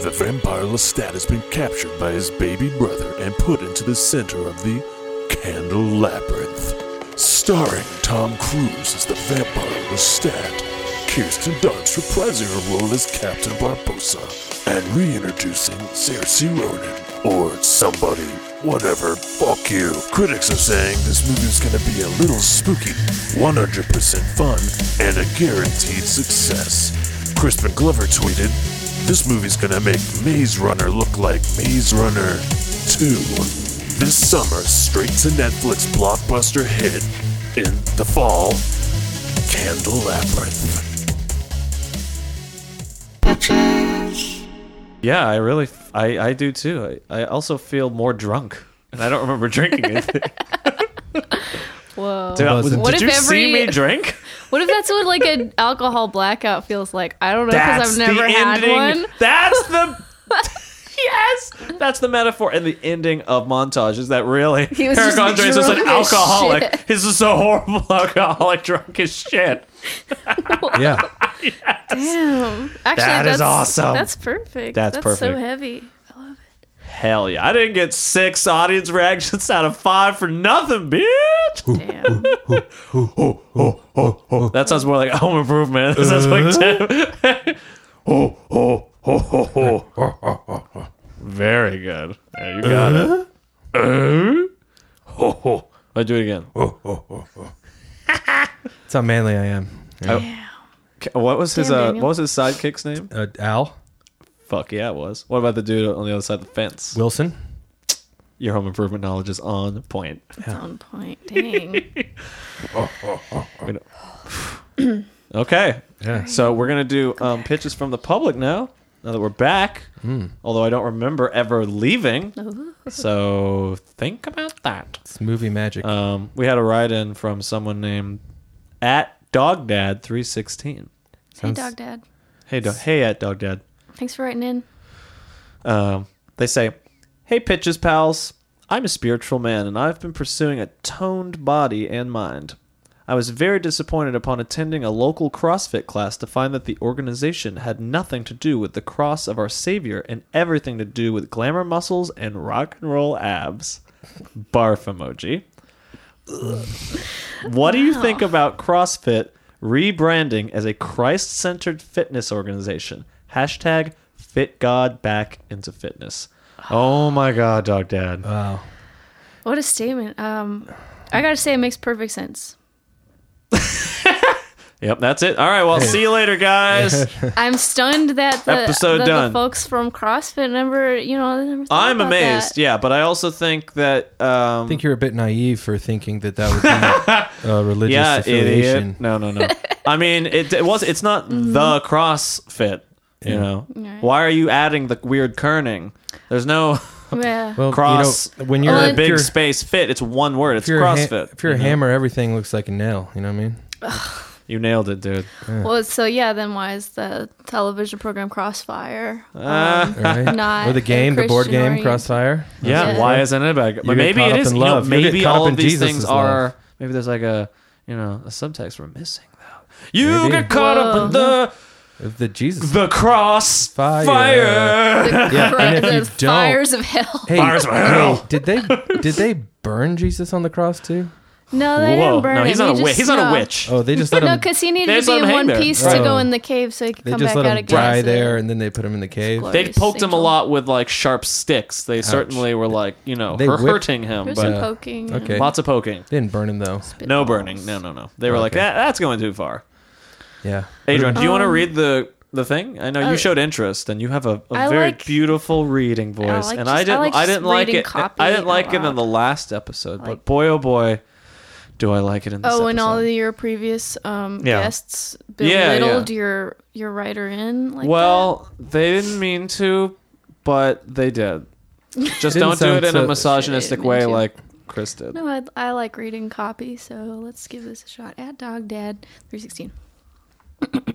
F: The vampire Lestat has been captured by his baby brother and put into the center of the Candle Labyrinth. Starring Tom Cruise as the vampire Lestat, Kirsten Dunst reprising her role as Captain Barbosa, and reintroducing Cersei Ronan, or somebody, whatever, fuck you. Critics are saying this movie's gonna be a little spooky, 100% fun, and a guaranteed success. Crispin Glover tweeted, this movie's gonna make Maze Runner look like Maze Runner 2. This summer, straight to Netflix blockbuster hit in the fall, Candle Labyrinth.
B: Yeah, I really, f- I, I do too. I, I also feel more drunk, and I don't remember drinking anything.
A: Whoa.
B: Dude, I-
C: Buzzing.
B: did
A: What if
B: you see
A: every-
B: me drink?
A: What if that's what like an alcohol blackout feels like? I don't know because I've never had one.
B: That's the yes. That's the metaphor and the ending of montage is that really
A: He was
B: Eric
A: just
B: Andre is just
A: drunk
B: an
A: as
B: alcoholic.
A: shit.
B: He's just a horrible alcoholic, drunk as shit.
C: Yeah.
A: Damn. Um, Actually,
B: That is
A: that's
B: awesome.
A: That's perfect.
B: That's
A: That's, so
B: perfect.
A: heavy.
B: Hell yeah! I didn't get six audience reactions out of five for nothing, bitch.
A: Damn.
B: That sounds more like Home Improvement. That sounds like Tim.
A: Uh-huh.
B: Very good. Yeah, you got it.
A: Uh-huh.
B: Uh? Ho, ho. I do it again.
C: That's how manly I am.
B: Oh. K- What was his
A: Damn,
B: uh,
A: Daniel.
B: what was his sidekick's name?
C: Uh, Al
B: Fuck yeah, it was. What about the dude on the other side of the fence?
C: Wilson.
B: Your home improvement knowledge is on point.
A: It's on point. Dang.
B: Okay,
C: Yeah.
B: so we're gonna do um, pitches from the public now. Now that we're back, although I don't remember ever leaving, so think about that.
C: It's movie magic.
B: Um, we had a write-in from someone named at Dogdad three sixteen.
A: hey,
C: Sounds-
A: dog dad.
B: Hey, do- hey, at Dogdad.
A: Thanks for writing in.
B: Um, they say, Hey, pitches pals. I'm a spiritual man and I've been pursuing a toned body and mind. I was very disappointed upon attending a local CrossFit class to find that the organization had nothing to do with the cross of our Savior and everything to do with glamour muscles and rock and roll abs. Barf emoji. What do you think about CrossFit rebranding as a Christ centered fitness organization? Hashtag fit God back into fitness. Oh my God, Dog Dad.
C: wow.
A: What a statement. Um, I gotta say, it makes perfect sense.
B: Yep, that's it. All right, well, see you later, guys.
A: I'm stunned that the,
B: Episode
A: that the
B: done.
A: folks from CrossFit never, you know, they never thought
B: I'm
A: about
B: amazed.
A: that.
B: Yeah, but I also think that.
C: I
B: Um,
C: think you're a bit naive for thinking that that would be a religious
B: yeah,
C: affiliation.
B: idiot. No, no, no. I mean, it, it was. It's not the CrossFit. You know,
A: Mm-hmm. Right.
B: why are you adding the weird kerning? There's no
A: Yeah.
C: Well,
B: cross.
C: you know, when you're
A: Well,
B: a
A: if
B: big
C: you're-
B: space fit, it's one word. It's
C: If you're
B: CrossFit.
C: A ha- if you're a
B: you know?
C: hammer, everything looks like a nail. You know what I mean?
B: You nailed it, dude.
A: Well, so yeah, then why is the television program Crossfire? Um,
B: Uh,
C: Right?
A: not
C: or the game,
A: a
C: the board
A: Christian
C: game,
A: orient-
C: Crossfire.
B: Yeah,
A: Yeah.
B: why isn't it about? But
C: get
B: maybe
C: caught
B: it
C: up
B: is.
C: in
B: you know,
C: love. You get
B: maybe
C: caught
B: all of
C: up in
B: these
C: Jesus'
B: things
C: love.
B: are. Maybe there's like a you know a subtext we're missing though. You
C: Maybe.
B: get caught up in the
C: Of Uh, The Jesus.
B: the cross fire.
C: Fire.
A: Yeah,
C: and if you
A: the
C: don't-
A: fires of hell.
C: hey,
B: Fires of hell.
C: hey, did they did they burn Jesus on the cross too?
A: No, they
B: Whoa.
A: didn't burn
B: No, he's
A: him.
B: not
A: He
B: a witch.
A: just-
B: He's not
A: no.
B: a witch.
C: Oh, they just let
A: No,
C: him.
A: because he needed
B: They
A: to
B: just
A: be
B: let
A: in
B: him hang
A: one
B: there.
A: piece to go
C: Oh.
A: in the cave so he could
C: They
A: come
C: just
A: back
C: let
A: out
C: him
A: again.
C: die
A: so-
C: there, and then they put him in the cave.
A: Glory.
B: They poked him a
A: Angel.
B: lot with like sharp sticks. They certainly were like, you know,
C: They
B: hur-
C: whipped-
B: hurting him,
A: There's
B: but
A: some poking. and
C: Okay.
B: lots of poking.
C: They didn't burn him though.
B: No
A: spitballs.
B: burning. No, no, no. They were like,
C: Okay.
B: that, that's going too far.
C: Yeah.
B: Adrian, do you
A: Um,
B: want to read the the thing? I know you showed interest, and you have a, a
A: I
B: very
A: like-
B: beautiful reading voice,
A: like
B: and
A: just-
B: I
A: I
B: didn't, I,
A: like just
B: didn't like
A: reading
B: it.
A: copy
B: I didn't like it in
A: aloud.
B: the last episode, but
A: Like-
B: boy, oh boy, do I like it in this
A: Oh, and all
B: episode.
A: the, your previous um,
B: Yeah.
A: guests
B: Yeah, yeah.
A: belittled your your writer in. Like
B: well, they didn't mean to, but they did. Just
C: Didn't
B: don't do
C: sound
B: it in a
C: so-
B: misogynistic
A: Didn't mean
B: way,
A: to.
B: like Chris did.
A: that? no, I, I like reading copy, so let's give this a shot. At Dog Dad three sixteen.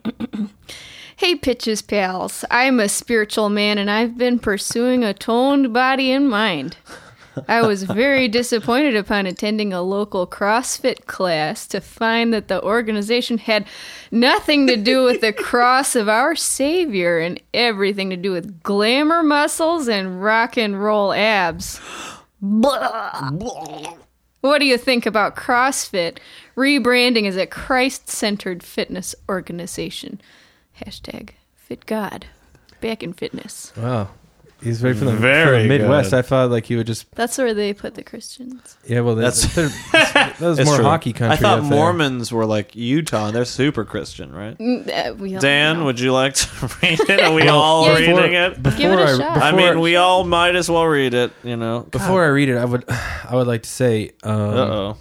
A: Hey, pitches pals. I'm a spiritual man and I've been pursuing a toned body and mind. I was very disappointed upon attending a local CrossFit class to find that the organization had nothing to do with the cross of our Savior and everything to do with glamour muscles and rock and roll abs. Blah. What do you think about CrossFit rebranding as a Christ centered fitness organization? Hashtag fit God. Back in fitness.
C: Wow. He's very from the, from
B: Very
C: the Midwest.
B: good.
C: I thought like he would just
A: That's where they put the Christians.
C: yeah. Well, that's that was
B: It's
C: more
B: true.
C: hockey country.
B: I thought
C: up there.
B: Mormons were like Utah, and they're super Christian, right?
A: Mm, uh, we all
B: Dan,
A: know.
B: would you like to read it? Are we all
A: Yeah.
B: reading
A: Before-
B: it?
A: Give it a
C: Before I-
A: shot.
B: I
C: before-
B: mean, we all might as well read it, you know.
C: Before I read it, I would I would like to say
B: Uh
C: um,
B: oh.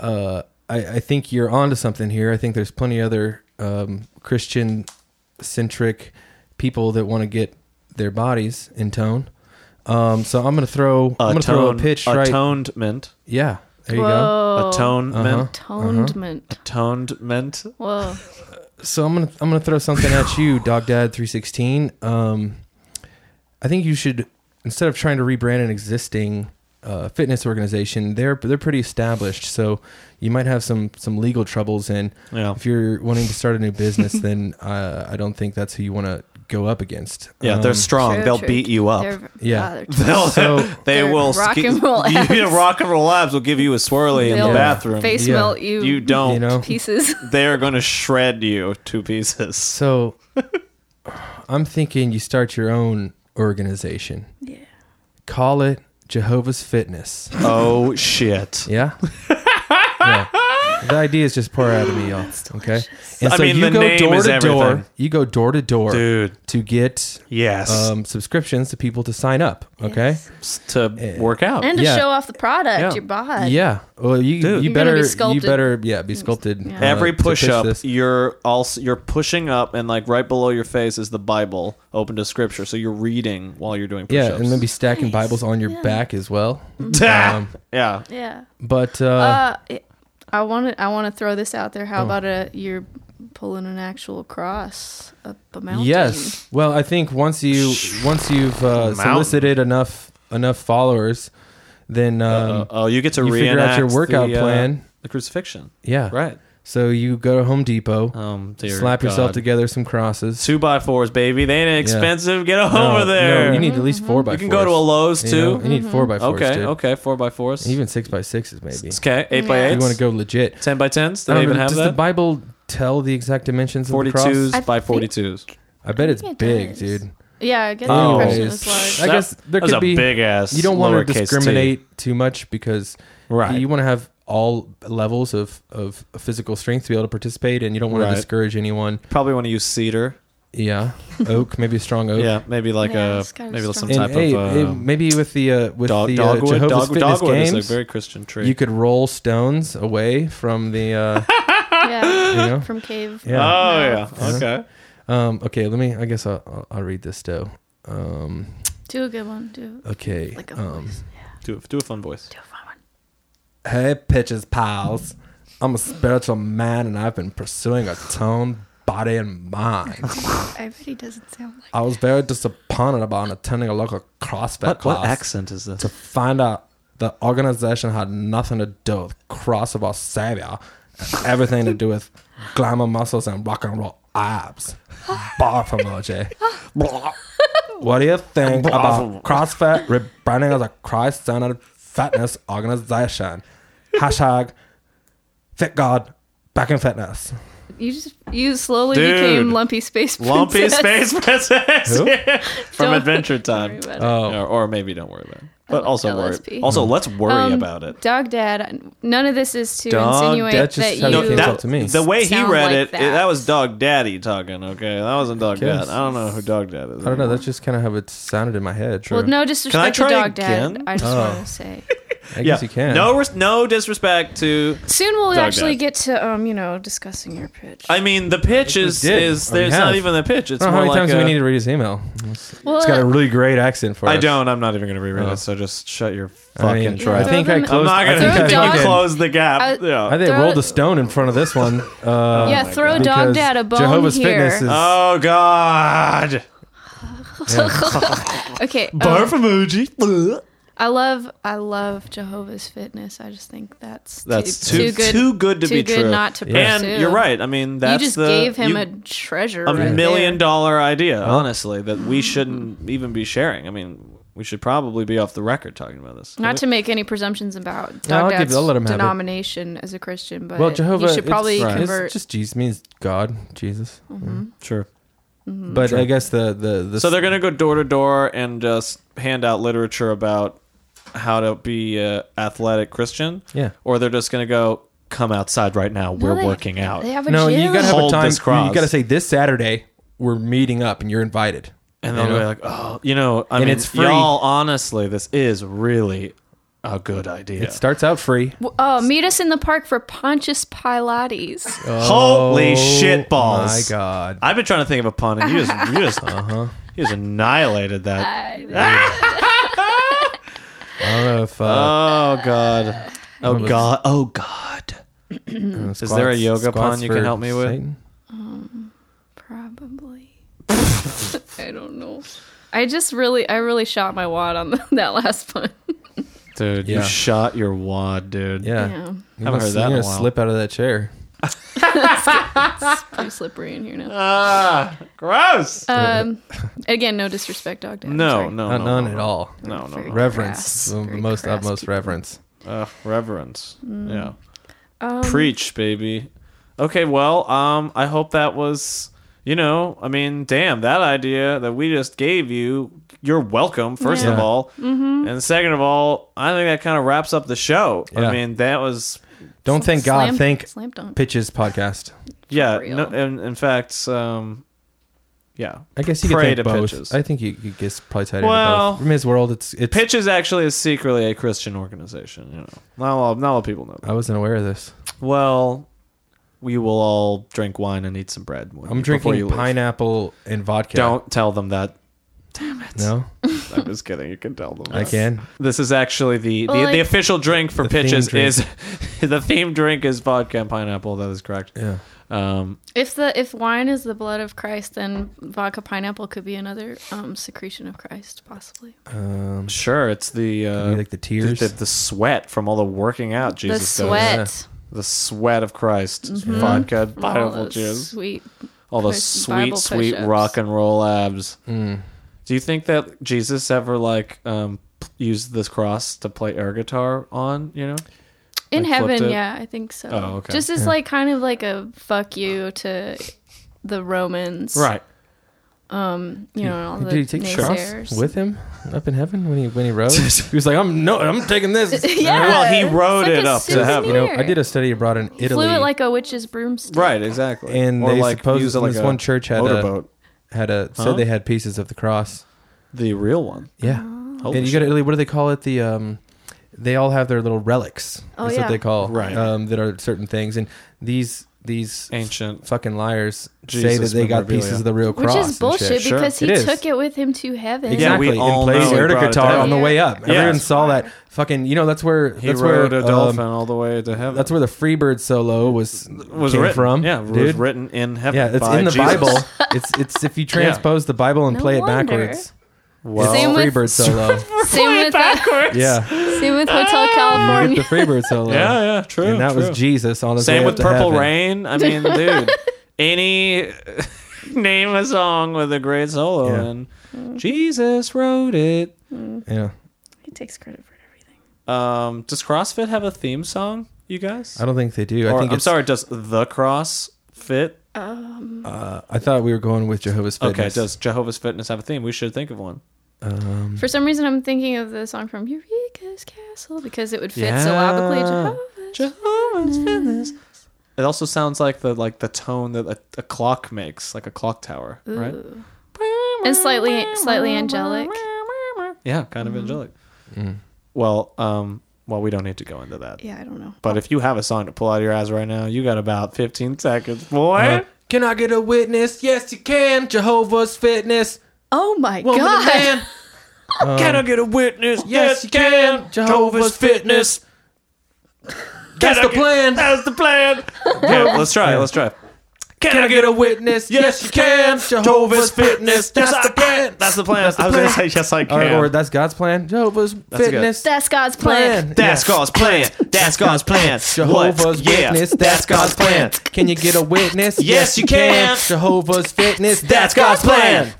C: uh, I, I think you're onto something here. I think there's plenty other um, Christian centric people that want to get their bodies in tone. Um, so I'm gonna throw I'm gonna throw a pitch right.
B: Atonement.
C: Yeah, there you
A: Whoa.
B: Atonement.
C: Uh-huh.
A: Atonement.
B: Uh-huh. Atonement.
A: Whoa.
C: go. So I'm gonna I'm gonna throw something at you, Dog Dad 316. Um, I think you should instead of trying to rebrand an existing uh, fitness organization, they're they're pretty established. So you might have some some legal troubles and.
B: Yeah.
C: if you're wanting to start a new business, then uh, I don't think that's who you want to go up against.
B: Yeah,
C: Um,
B: they're strong.
A: True,
B: They'll
A: true.
B: beat you up.
A: They're-
C: Yeah.
A: ah, they're-
B: They'll,
C: So-
B: they
A: They're
B: will
A: rock
B: ski-
A: and roll
B: you-
A: abs.
B: rock and roll abs will give you a swirly in the
A: they'll
B: bathroom.
A: Face
C: Yeah.
A: melt you.
B: you don't.
C: You know?
A: Pieces.
B: They are going to shred you to pieces.
C: So I'm thinking you start your own organization.
A: Yeah.
C: Call it Jehovah's Fitness.
B: Oh shit!
C: Yeah. yeah. The idea is just pour out of me, y'all. Okay. And
B: I mean, the name is everything.
C: door. You go door to door
B: Dude.
C: to get
B: Yes.
C: um, subscriptions to people to sign up. Okay.
B: to
C: eh.
B: work out.
A: And to
C: Yeah.
A: show off the product,
B: Yeah.
A: your bod.
C: Yeah. Well, you
B: Dude.
C: you
A: You're gonna be
C: better you
A: sculpted.
C: better yeah be sculpted. uh,
B: Every
C: to pitch
B: push up,
C: this.
B: you're also you're pushing up, and like right below your face is the Bible, open to Scripture. So you're reading while you're doing push
C: Yeah,
B: ups.
C: and maybe stacking Bibles on your back as well. um,
B: yeah,
A: Yeah.
C: but
A: Mm-hmm.
C: uh, Oh.
A: Uh, it- I want to. I want to throw this out there. How about a you're pulling an actual cross up a mountain?
C: yes, well, I think once you once you've uh, solicited enough enough followers, then um,
B: Uh, oh, you get to
C: you figure out
B: reenact
C: your workout
B: the, uh,
C: plan.
B: the crucifixion.
C: yeah,
B: Right.
C: So you go to Home Depot,
B: Um, dear
C: slap yourself
B: God.
C: together some crosses.
B: Two by fours, baby. They ain't
C: Yeah.
B: expensive. Get
C: No,
B: over there.
C: no, you need at least four by.
B: You can go to a
C: fours,
B: Lowe's
C: you know?
B: too.
C: You need four by fours.
B: okay,
C: dude.
B: okay, four by fours.
C: Even six by sixes, maybe. If
B: okay, eight by
A: Yeah.
B: eights.
C: you want to go legit.
B: ten by tens? Do
C: I
B: they
C: don't
B: even
C: know,
B: have
C: does the
B: that?
C: Bible tell the exact dimensions of
B: Forty
C: the cross?
B: twos
A: I
B: by
A: think-
B: forty twws.
C: I bet it's
A: think it
C: big,
A: does.
C: dude.
A: Yeah. I get the
B: Oh.
A: impression it's
C: I
A: large.
C: guess there
B: That's
C: could
B: a
C: be-
B: big ass.
C: you don't want to
B: lowercase t.
C: discriminate too much because
B: Right.
C: you want to have all levels of, of physical strength to be able to participate and you don't want
B: Right.
C: to discourage anyone
B: Probably want to use cedar.
C: yeah oak maybe a strong oak
B: Yeah, maybe like
A: Yeah,
B: a
A: it's gotta be
B: maybe some
C: and
B: type
C: hey,
B: of
C: hey,
B: uh,
C: maybe with the uh, with
B: dog,
C: the uh,
B: dogwood.
C: Jehovah's
B: Dog,
C: Fitness
B: dogwood
C: games
B: is a very Christian tree.
C: you could roll stones away from the uh,
A: yeah.
C: you know
A: From cave.
B: oh
C: yeah
B: yeah, okay.
C: um, okay let me I guess I'll, I'll, I'll read this though um,
A: Do a good one. Do
C: okay
A: like a
C: um,
A: voice.
B: Do do a fun voice.
A: Do a fun one.
C: Hey, pitches pals. I'm a spiritual man and I've been pursuing a tone, body, and mind.
A: I bet he doesn't sound like.
C: I was very disappointed about attending a local CrossFit
B: What,
C: class
B: what accent is this?
C: to find out the organization had nothing to do with Cross of Our Savior and everything to do with glamour muscles and rock and roll abs. Bar emoji. what do you think about CrossFit rebranding as a Christ centered fitness organization? Hashtag Fit God back in fitness.
A: You just you slowly
B: Dude.
A: became lumpy space princess.
B: Lumpy Space Princess
C: Who?
B: from
A: Don't
B: Adventure
A: worry
B: Time.
A: about it.
C: Oh,
B: Or, or maybe don't worry about it. But
A: love
B: also worry.
A: LSP.
B: Also, let's worry
A: Um,
B: about it.
A: Dog Dad. None of this is to
B: Dog
A: insinuate
C: Dad just
A: that you.
C: had a kid.
B: that-
C: up to me.
B: The way he
A: Sound
B: read
A: like
B: it, it- that.
A: that.
B: was Dog Daddy talking. Okay, that wasn't Dog Dad.
C: guess.
B: I don't know who Dog Dad is.
C: I don't know. That's just kind of how it sounded in my head. True.
A: well, no disrespect to
B: try
A: Dog
B: again?
A: Dad. I just
C: Oh.
A: want to say.
C: I
B: yeah.
C: guess you can.
B: No, res- no disrespect to.
A: Soon we'll
B: Dog
A: actually
B: Dad.
A: get to um, you know, discussing your pitch.
B: I mean, the pitch is
C: did. Oh,
B: is
C: We
B: there's
C: have.
B: not even the pitch. It's
C: I don't know
B: more
C: how
B: like
C: many times do
B: a,
C: we need to read his email.
A: well, uh,
C: It's got a really great accent for us.
B: I don't. I'm not even going to reread
C: Oh.
B: it. So just shut your
C: I
B: fucking
C: mean,
B: trap.
C: I think I
A: Throw them-
B: I'm
C: closed.
B: not
C: I
B: going
C: think
A: Throw
C: I
B: to
A: dog-
B: you
C: fucking-
B: close the gap.
A: I-
B: yeah.
C: I think
A: Throw-
C: rolled a stone in front of this one. Uh,
A: yeah, throw
C: because
A: Dog Dad a bone
C: Jehovah's
A: here.
C: Fitness is
B: oh God.
A: okay. um,
B: Barfamuji.
A: I love I love Jehovah's Fitness. I just think that's
B: That's too too good, to
A: too
B: be
A: good
B: true.
A: not to
B: And
A: pursue.
B: you're right. I mean, that's
A: you just
B: the,
A: gave him
B: you-
A: a treasure.
B: a
A: right
B: million
A: there.
B: dollar idea, honestly, that we shouldn't even be sharing. I mean, we should probably be off the record talking about this.
A: Not to make any presumptions about Dog
C: No, I'll give-
A: Dad's
C: I'll let him have it.
A: denomination as a Christian, but
C: well, Jehovah.
A: he should probably
C: it's,
A: convert. Mm-hmm.
C: It's just Jesus means God, Jesus. Mm.
B: sure.
C: But I guess the the, the
B: So they're gonna go door to door and just hand out literature about how to be a athletic Christian.
C: Yeah.
B: Or they're just gonna go come outside right
A: No,
B: now. We're
A: they-
B: working out,
A: They have a
C: no.
A: gym.
C: You gotta have
B: Hold
C: a time.
B: this cross.
C: You gotta say this Saturday we're meeting up and you're invited.
B: and they'll
C: You know?
B: be like, "Oh, you know, I
C: And
B: mean,
C: it's free.
B: y'all. Honestly, this is really a good idea.
C: it starts out free.
A: oh, meet us in the park for Pontius Pilates.
B: Holy shit balls!
C: Oh My God.
B: I've been trying to think of a pun, and you just, you just, uh-huh. you just annihilated that.
C: I don't know if uh,
B: Oh god. Oh god. Oh god.
C: is
B: there a yoga pun you can help me with?
A: Probably. I don't know. I just really, I really shot my wad on the, that last one.
B: Dude,
C: Yeah.
B: you shot your wad, dude.
A: Yeah,
C: Yeah. You
B: Haven't heard that
C: must-
B: in
C: You're
B: a
C: gonna
B: while.
C: slip out of that chair.
A: it's pretty slippery in here now.
B: Ah, gross.
A: Um, again, no disrespect, dog. Dad. I'm
B: no,
A: sorry.
B: no, no,
C: Not Uh, none
B: no,
C: at
B: no.
C: all.
B: No, no,
A: Very
B: no.
C: Reverence,
A: crass,
C: the
A: very
C: most
A: crass
C: utmost
A: people.
C: reverence.
B: Uh, reverence.
A: Mm.
B: Yeah.
A: Um,
B: Preach, baby. Okay, well, um, I hope that was, you know, I mean, damn, that idea that we just gave you, you're welcome, first of
C: Yeah.
B: all. Mm-hmm. And second of all, I think that kind of wraps up the show.
C: Yeah.
B: I mean, that was,
C: Don't thank
A: Slam-
C: God. Thank
A: slam dunk.
C: Pitches podcast.
B: yeah,
A: real.
B: no, in, in fact, um, yeah.
C: I guess you
B: Pray to
C: could thank both.
B: pitches.
C: I think you could guess probably tied
B: Well-
C: into both. From his world, it's it's.
B: Pitches actually is secretly a Christian organization, you know. Not a lot, not a lot of people know that.
C: I wasn't aware of this.
B: Well, we will all drink wine and eat some bread. when-
C: I'm
B: before you
C: drinking
B: leave.
C: pineapple and vodka.
B: Don't tell them that.
C: no,
B: I'm just kidding. You can tell them.
C: I
B: that.
C: can.
B: This is actually the the,
A: Well,
B: the
A: like-
B: official drink for
C: The theme
B: pitches
C: drink.
B: is the theme drink is vodka and pineapple. That is correct.
C: Yeah,
B: Um,
A: If the if wine is the blood of Christ, then vodka pineapple could be another um, secretion of Christ, possibly.
C: um,
B: sure. It's the uh,
C: maybe like the tears.
B: the, the sweat from all the working out. Jesus does.
A: the sweat, Mm-hmm.
B: the sweat of Christ, vodka, and
A: from all
B: pineapple
A: those
B: juice,
A: sweet.
B: all those
A: push-
B: sweet,
A: Bible
B: sweet
A: push-ups.
B: rock and roll abs.
C: Mm.
B: Do you think that Jesus ever like um, p- used this cross to play air guitar on? You know,
A: In
B: Like, flipped
A: heaven,
B: it?
A: yeah, I think so.
B: Oh, okay.
A: Just as like kind of like a fuck you to the Romans,
B: right?
A: You know, and all the
C: Did he take the
A: naysayers.
C: cross with him up in heaven when he when he rose? he was like, I'm no, I'm taking this.
A: yeah,
B: Well, he
A: it's
B: rode
A: like
B: it
A: a
B: up to
A: souvenir.
B: heaven.
C: You know, I did a study abroad in Italy.
A: Flew it like a witch's broomstick.
B: Right, exactly.
C: And they supposedly- this one church had a-
B: motorboat.
C: had a
B: Huh?
C: said they had pieces of the cross.
B: the real one.
C: Yeah,
A: Oh.
B: Holy
C: and you
B: shit.
C: go to Italy. What do they call it? The um, they all have their little relics.
A: Oh,
C: is
A: yeah.
C: what they call
B: Right.
C: um, that are certain things. And these these
B: ancient.
C: fucking liars say
B: Jesus
C: that they got
B: memorabilia.
C: pieces of the real
A: Which
C: cross,
A: is bullshit
B: Sure.
A: because
C: It
A: he
C: is.
A: took it with him to heaven.
B: Yeah, we
C: Exactly,
B: all
C: and plays
B: know
C: air
B: he brought it
C: guitar
B: down.
C: on the way up.
B: Yeah.
C: Everyone saw that fucking. You know that's where
B: He
C: that's
B: rode
C: where
B: a
C: um,
B: dolphin all the way to heaven.
C: that's where the Freebird solo was
B: was
C: came
B: written
C: from.
B: Yeah, was
C: dude.
B: written in heaven.
C: Yeah, it's
B: by
C: in the
B: Jesus.
C: Bible. It's it's if you transpose the Bible and
A: No
C: play
A: wonder.
C: it backwards.
B: Well,
A: Same with-
C: Freebird solo.
A: same with backwards. Ah!
C: yeah,
A: same with Hotel
C: you get
A: California.
C: the Freebird solo.
B: yeah, yeah, true.
C: and that was
B: true.
C: Jesus on his
B: Same
C: way
B: with
C: up to
B: Purple
C: heaven.
B: Rain. I mean, dude, any name a song with a great solo
C: Yeah.
B: and Jesus wrote it.
C: Yeah,
A: He takes credit for everything.
B: Um, does CrossFit have a theme song, you guys?
C: I don't think they do. I
B: Or,
C: think
B: I'm
C: it's-
B: sorry, does the CrossFit?
C: uh, I thought we were going with Jehovah's
B: Okay,
C: Fitness.
B: does Jehovah's Fitness have a theme? We should think of one.
A: For some reason, I'm thinking of the song from Eureka's Castle because it would fit syllabically. Jehovah's.
B: Jehovah's Fitness. It also sounds like the like the tone that a, a clock makes, like a clock tower, right?
A: and slightly, slightly angelic.
B: Yeah, kind of angelic. Mm. Well, um, well, we don't need to go into that.
A: Yeah, I don't know.
B: But if you have a song to pull out of your ass right now, you got about 15 seconds, boy.
C: Can I get a witness? Yes, you can. Jehovah's Fitness.
A: Oh my
C: Woman and
A: god!
C: man.
B: Can I get a witness?
C: Yes, you can. Jehovah's Fitness. That's the plan.
B: That's the plan. yeah, let's try it. Let's try it.
C: Can I get a witness? Yes, you can. Jehovah's Fitness. That's the plan.
B: That's the plan. I was
C: plan.
B: going to say, yes, I can.
C: Or, or that's God's plan. Jehovah's
B: a good-
C: Fitness.
A: That's God's plan.
C: plan.
B: That's God's plan. That's God's plan.
C: Jehovah's
B: What? Yeah.
C: Witness, that's God's plan. Can you get a witness?
B: Yes, you can.
C: Jehovah's Fitness,
B: That's God's plan.